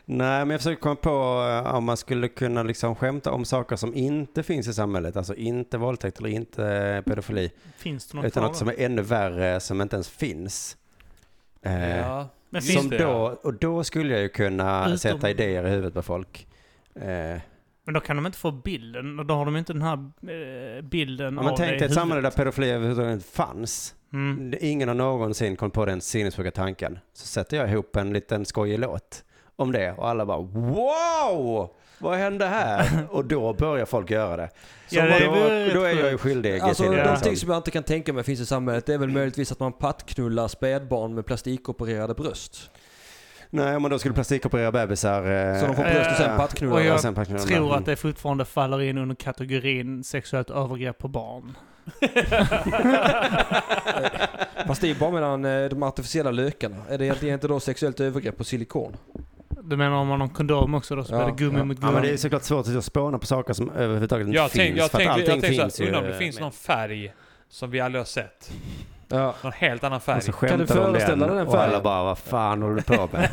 Nej, men jag försöker komma på eh, om man skulle kunna liksom skämta om saker som inte finns i samhället. Alltså inte våldtäkt eller inte eh, pedofili.
Finns det något
Utan
kvar
något
då?
som är ännu värre som inte ens finns. Eh,
Ja.
Men
Just
finns,
som
det,
då, och då skulle jag ju kunna
Utom-
sätta idéer i huvudet på folk. Eh,
Men då kan de inte få bilden, och då har de inte den här eh, bilden
om man
av dig i
tänker ett
huvudet.
samhälle där pedofili överhuvudtaget inte fanns.
Mm.
Ingen har någonsin kommit på den sinnessjuka tanken. Så sätter jag ihop en liten skojig låt om det och alla bara wow! Vad hände här? Och då börjar folk göra det. Så
Ja, det är
då,
väl
då är jag ju
sjukt.
skyldig
Alltså
till
Ja.
någonting som jag inte kan tänka mig finns i samhället det är väl möjligtvis att man pattknullar spädbarn med plastikopererade bröst.
Nej, om man då skulle plastikoperera bebisar. eh,
Så de får bröst och sen
eh,
pattknullar.
och jag-
och sen packar de
Tror
där.
att det fortfarande faller in under kategorin sexuellt övergrepp på barn.
Fast det är bara mellan eh, de artificiella lökarna. Är det egentligen inte då sexuellt övergrepp på silikon?
Du menar om man har en kondom också då så
Ja,
blir det gummi
ja.
mot
Ja,
gummi?
men det är såklart svårt att spåna på saker som överhuvudtaget inte
Jag
finns.
tänkte jag
för att
tänk, jag
allting
tänk
finns
såhär, undrar om det
ju.
finns någon färg som vi aldrig har sett.
Ja.
Någon helt annan färg.
Och så skämtar
Kan du
de om
föreställa dig den
Och alla
färgen?
bara, vad fan håller du på med?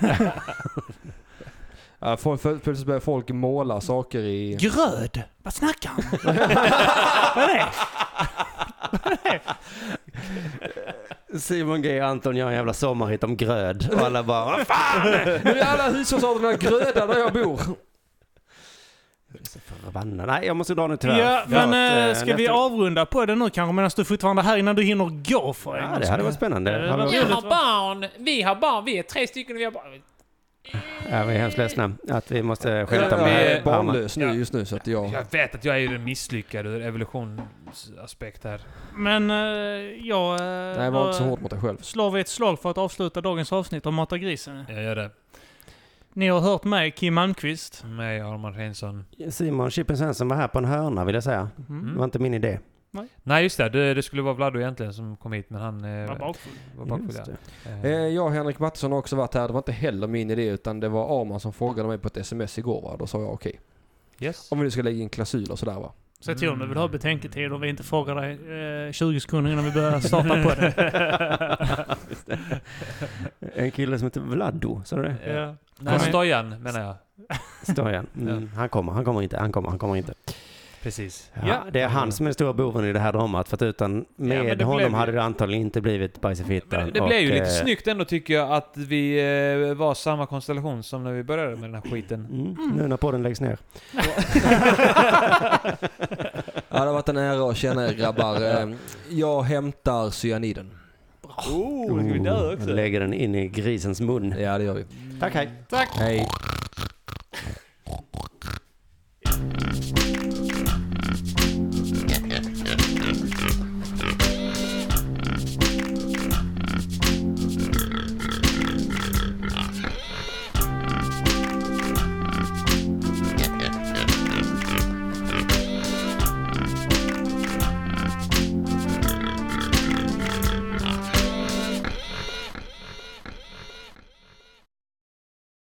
Ja, folk- för- Plötsligt börjar folk måla saker i...
Gröd! Vad snackar han om? Vad är det?
Simon G. Anton gör en jävla sommarhit om gröd. Och alla bara, vad fan?
Nu är alla hushållsarterna gröda där jag bor!
Förbannad. Nej, jag måste dra nu tyvärr.
Ja,
Förlåt,
men eh,
eh,
ska
nästa-
vi avrunda på det nu kanske medan du fortfarande är här innan du hinner gå för en
Ja,
gång
det hade
skull?
varit
Eh,
spännande. Hallå.
Ja.
Jag har barn, vi har barn, vi är tre stycken och vi har barn.
Ja, vi är hemskt ledsna att vi måste skämta om
Jag
det
är
här.
barnlös nu just nu så att jag...
Jag vet att jag är ju den misslyckade ur evolutionsaspekt här.
Men eh, jag... eh,
Nej, var
då
inte så hård mot dig själv.
Slår vi ett slag för att avsluta dagens avsnitt om Mata Grisen.
Jag gör det.
Ni har hört mig, Kim Malmqvist.
Med Armand Reinsson.
Simon Chippen Svensson var här på en hörna vill jag säga.
Mm.
Det var inte min idé.
Nej just det, det, det skulle vara Vlado egentligen som kom hit men han eh,
Vad bakfull.
var bakfull.
Just
ja.
det.
Eh,
Eh,
Jag och Henrik Mattisson har också varit här. Det var inte heller min idé utan det var Arman som frågade mig på ett sms igår va. Då sa jag okej.
Yes.
Om vi nu ska lägga in klausul och sådär va.
Så jag tror om du vill ha betänketid och vi inte frågar dig eh, 20 sekunder innan vi börjar starta på det.
En kille som heter Vladdo, sa du det?
Ja.
Eh, Nej,
Kom-
Stojan menar jag.
Står igen. Mm. Han kommer, han kommer inte, han kommer, han kommer inte.
Precis.
Ja, det är han som är den stora boven i det här dramat. För att utan
men
med
det blev
honom
ju-
hade det antagligen inte blivit bajs i fittan.
Men det
och,
blev ju lite
eh,
snyggt ändå tycker jag att vi eh, var samma konstellation som när vi började med den här skiten.
Mm, nu när podden läggs ner.
Ja, det har varit en ära att känna er grabbar. Eh, Jag hämtar cyaniden.
Oh,
Lägger den in i grisens mun.
Ja det gör vi.
Tack, hej.
Hej.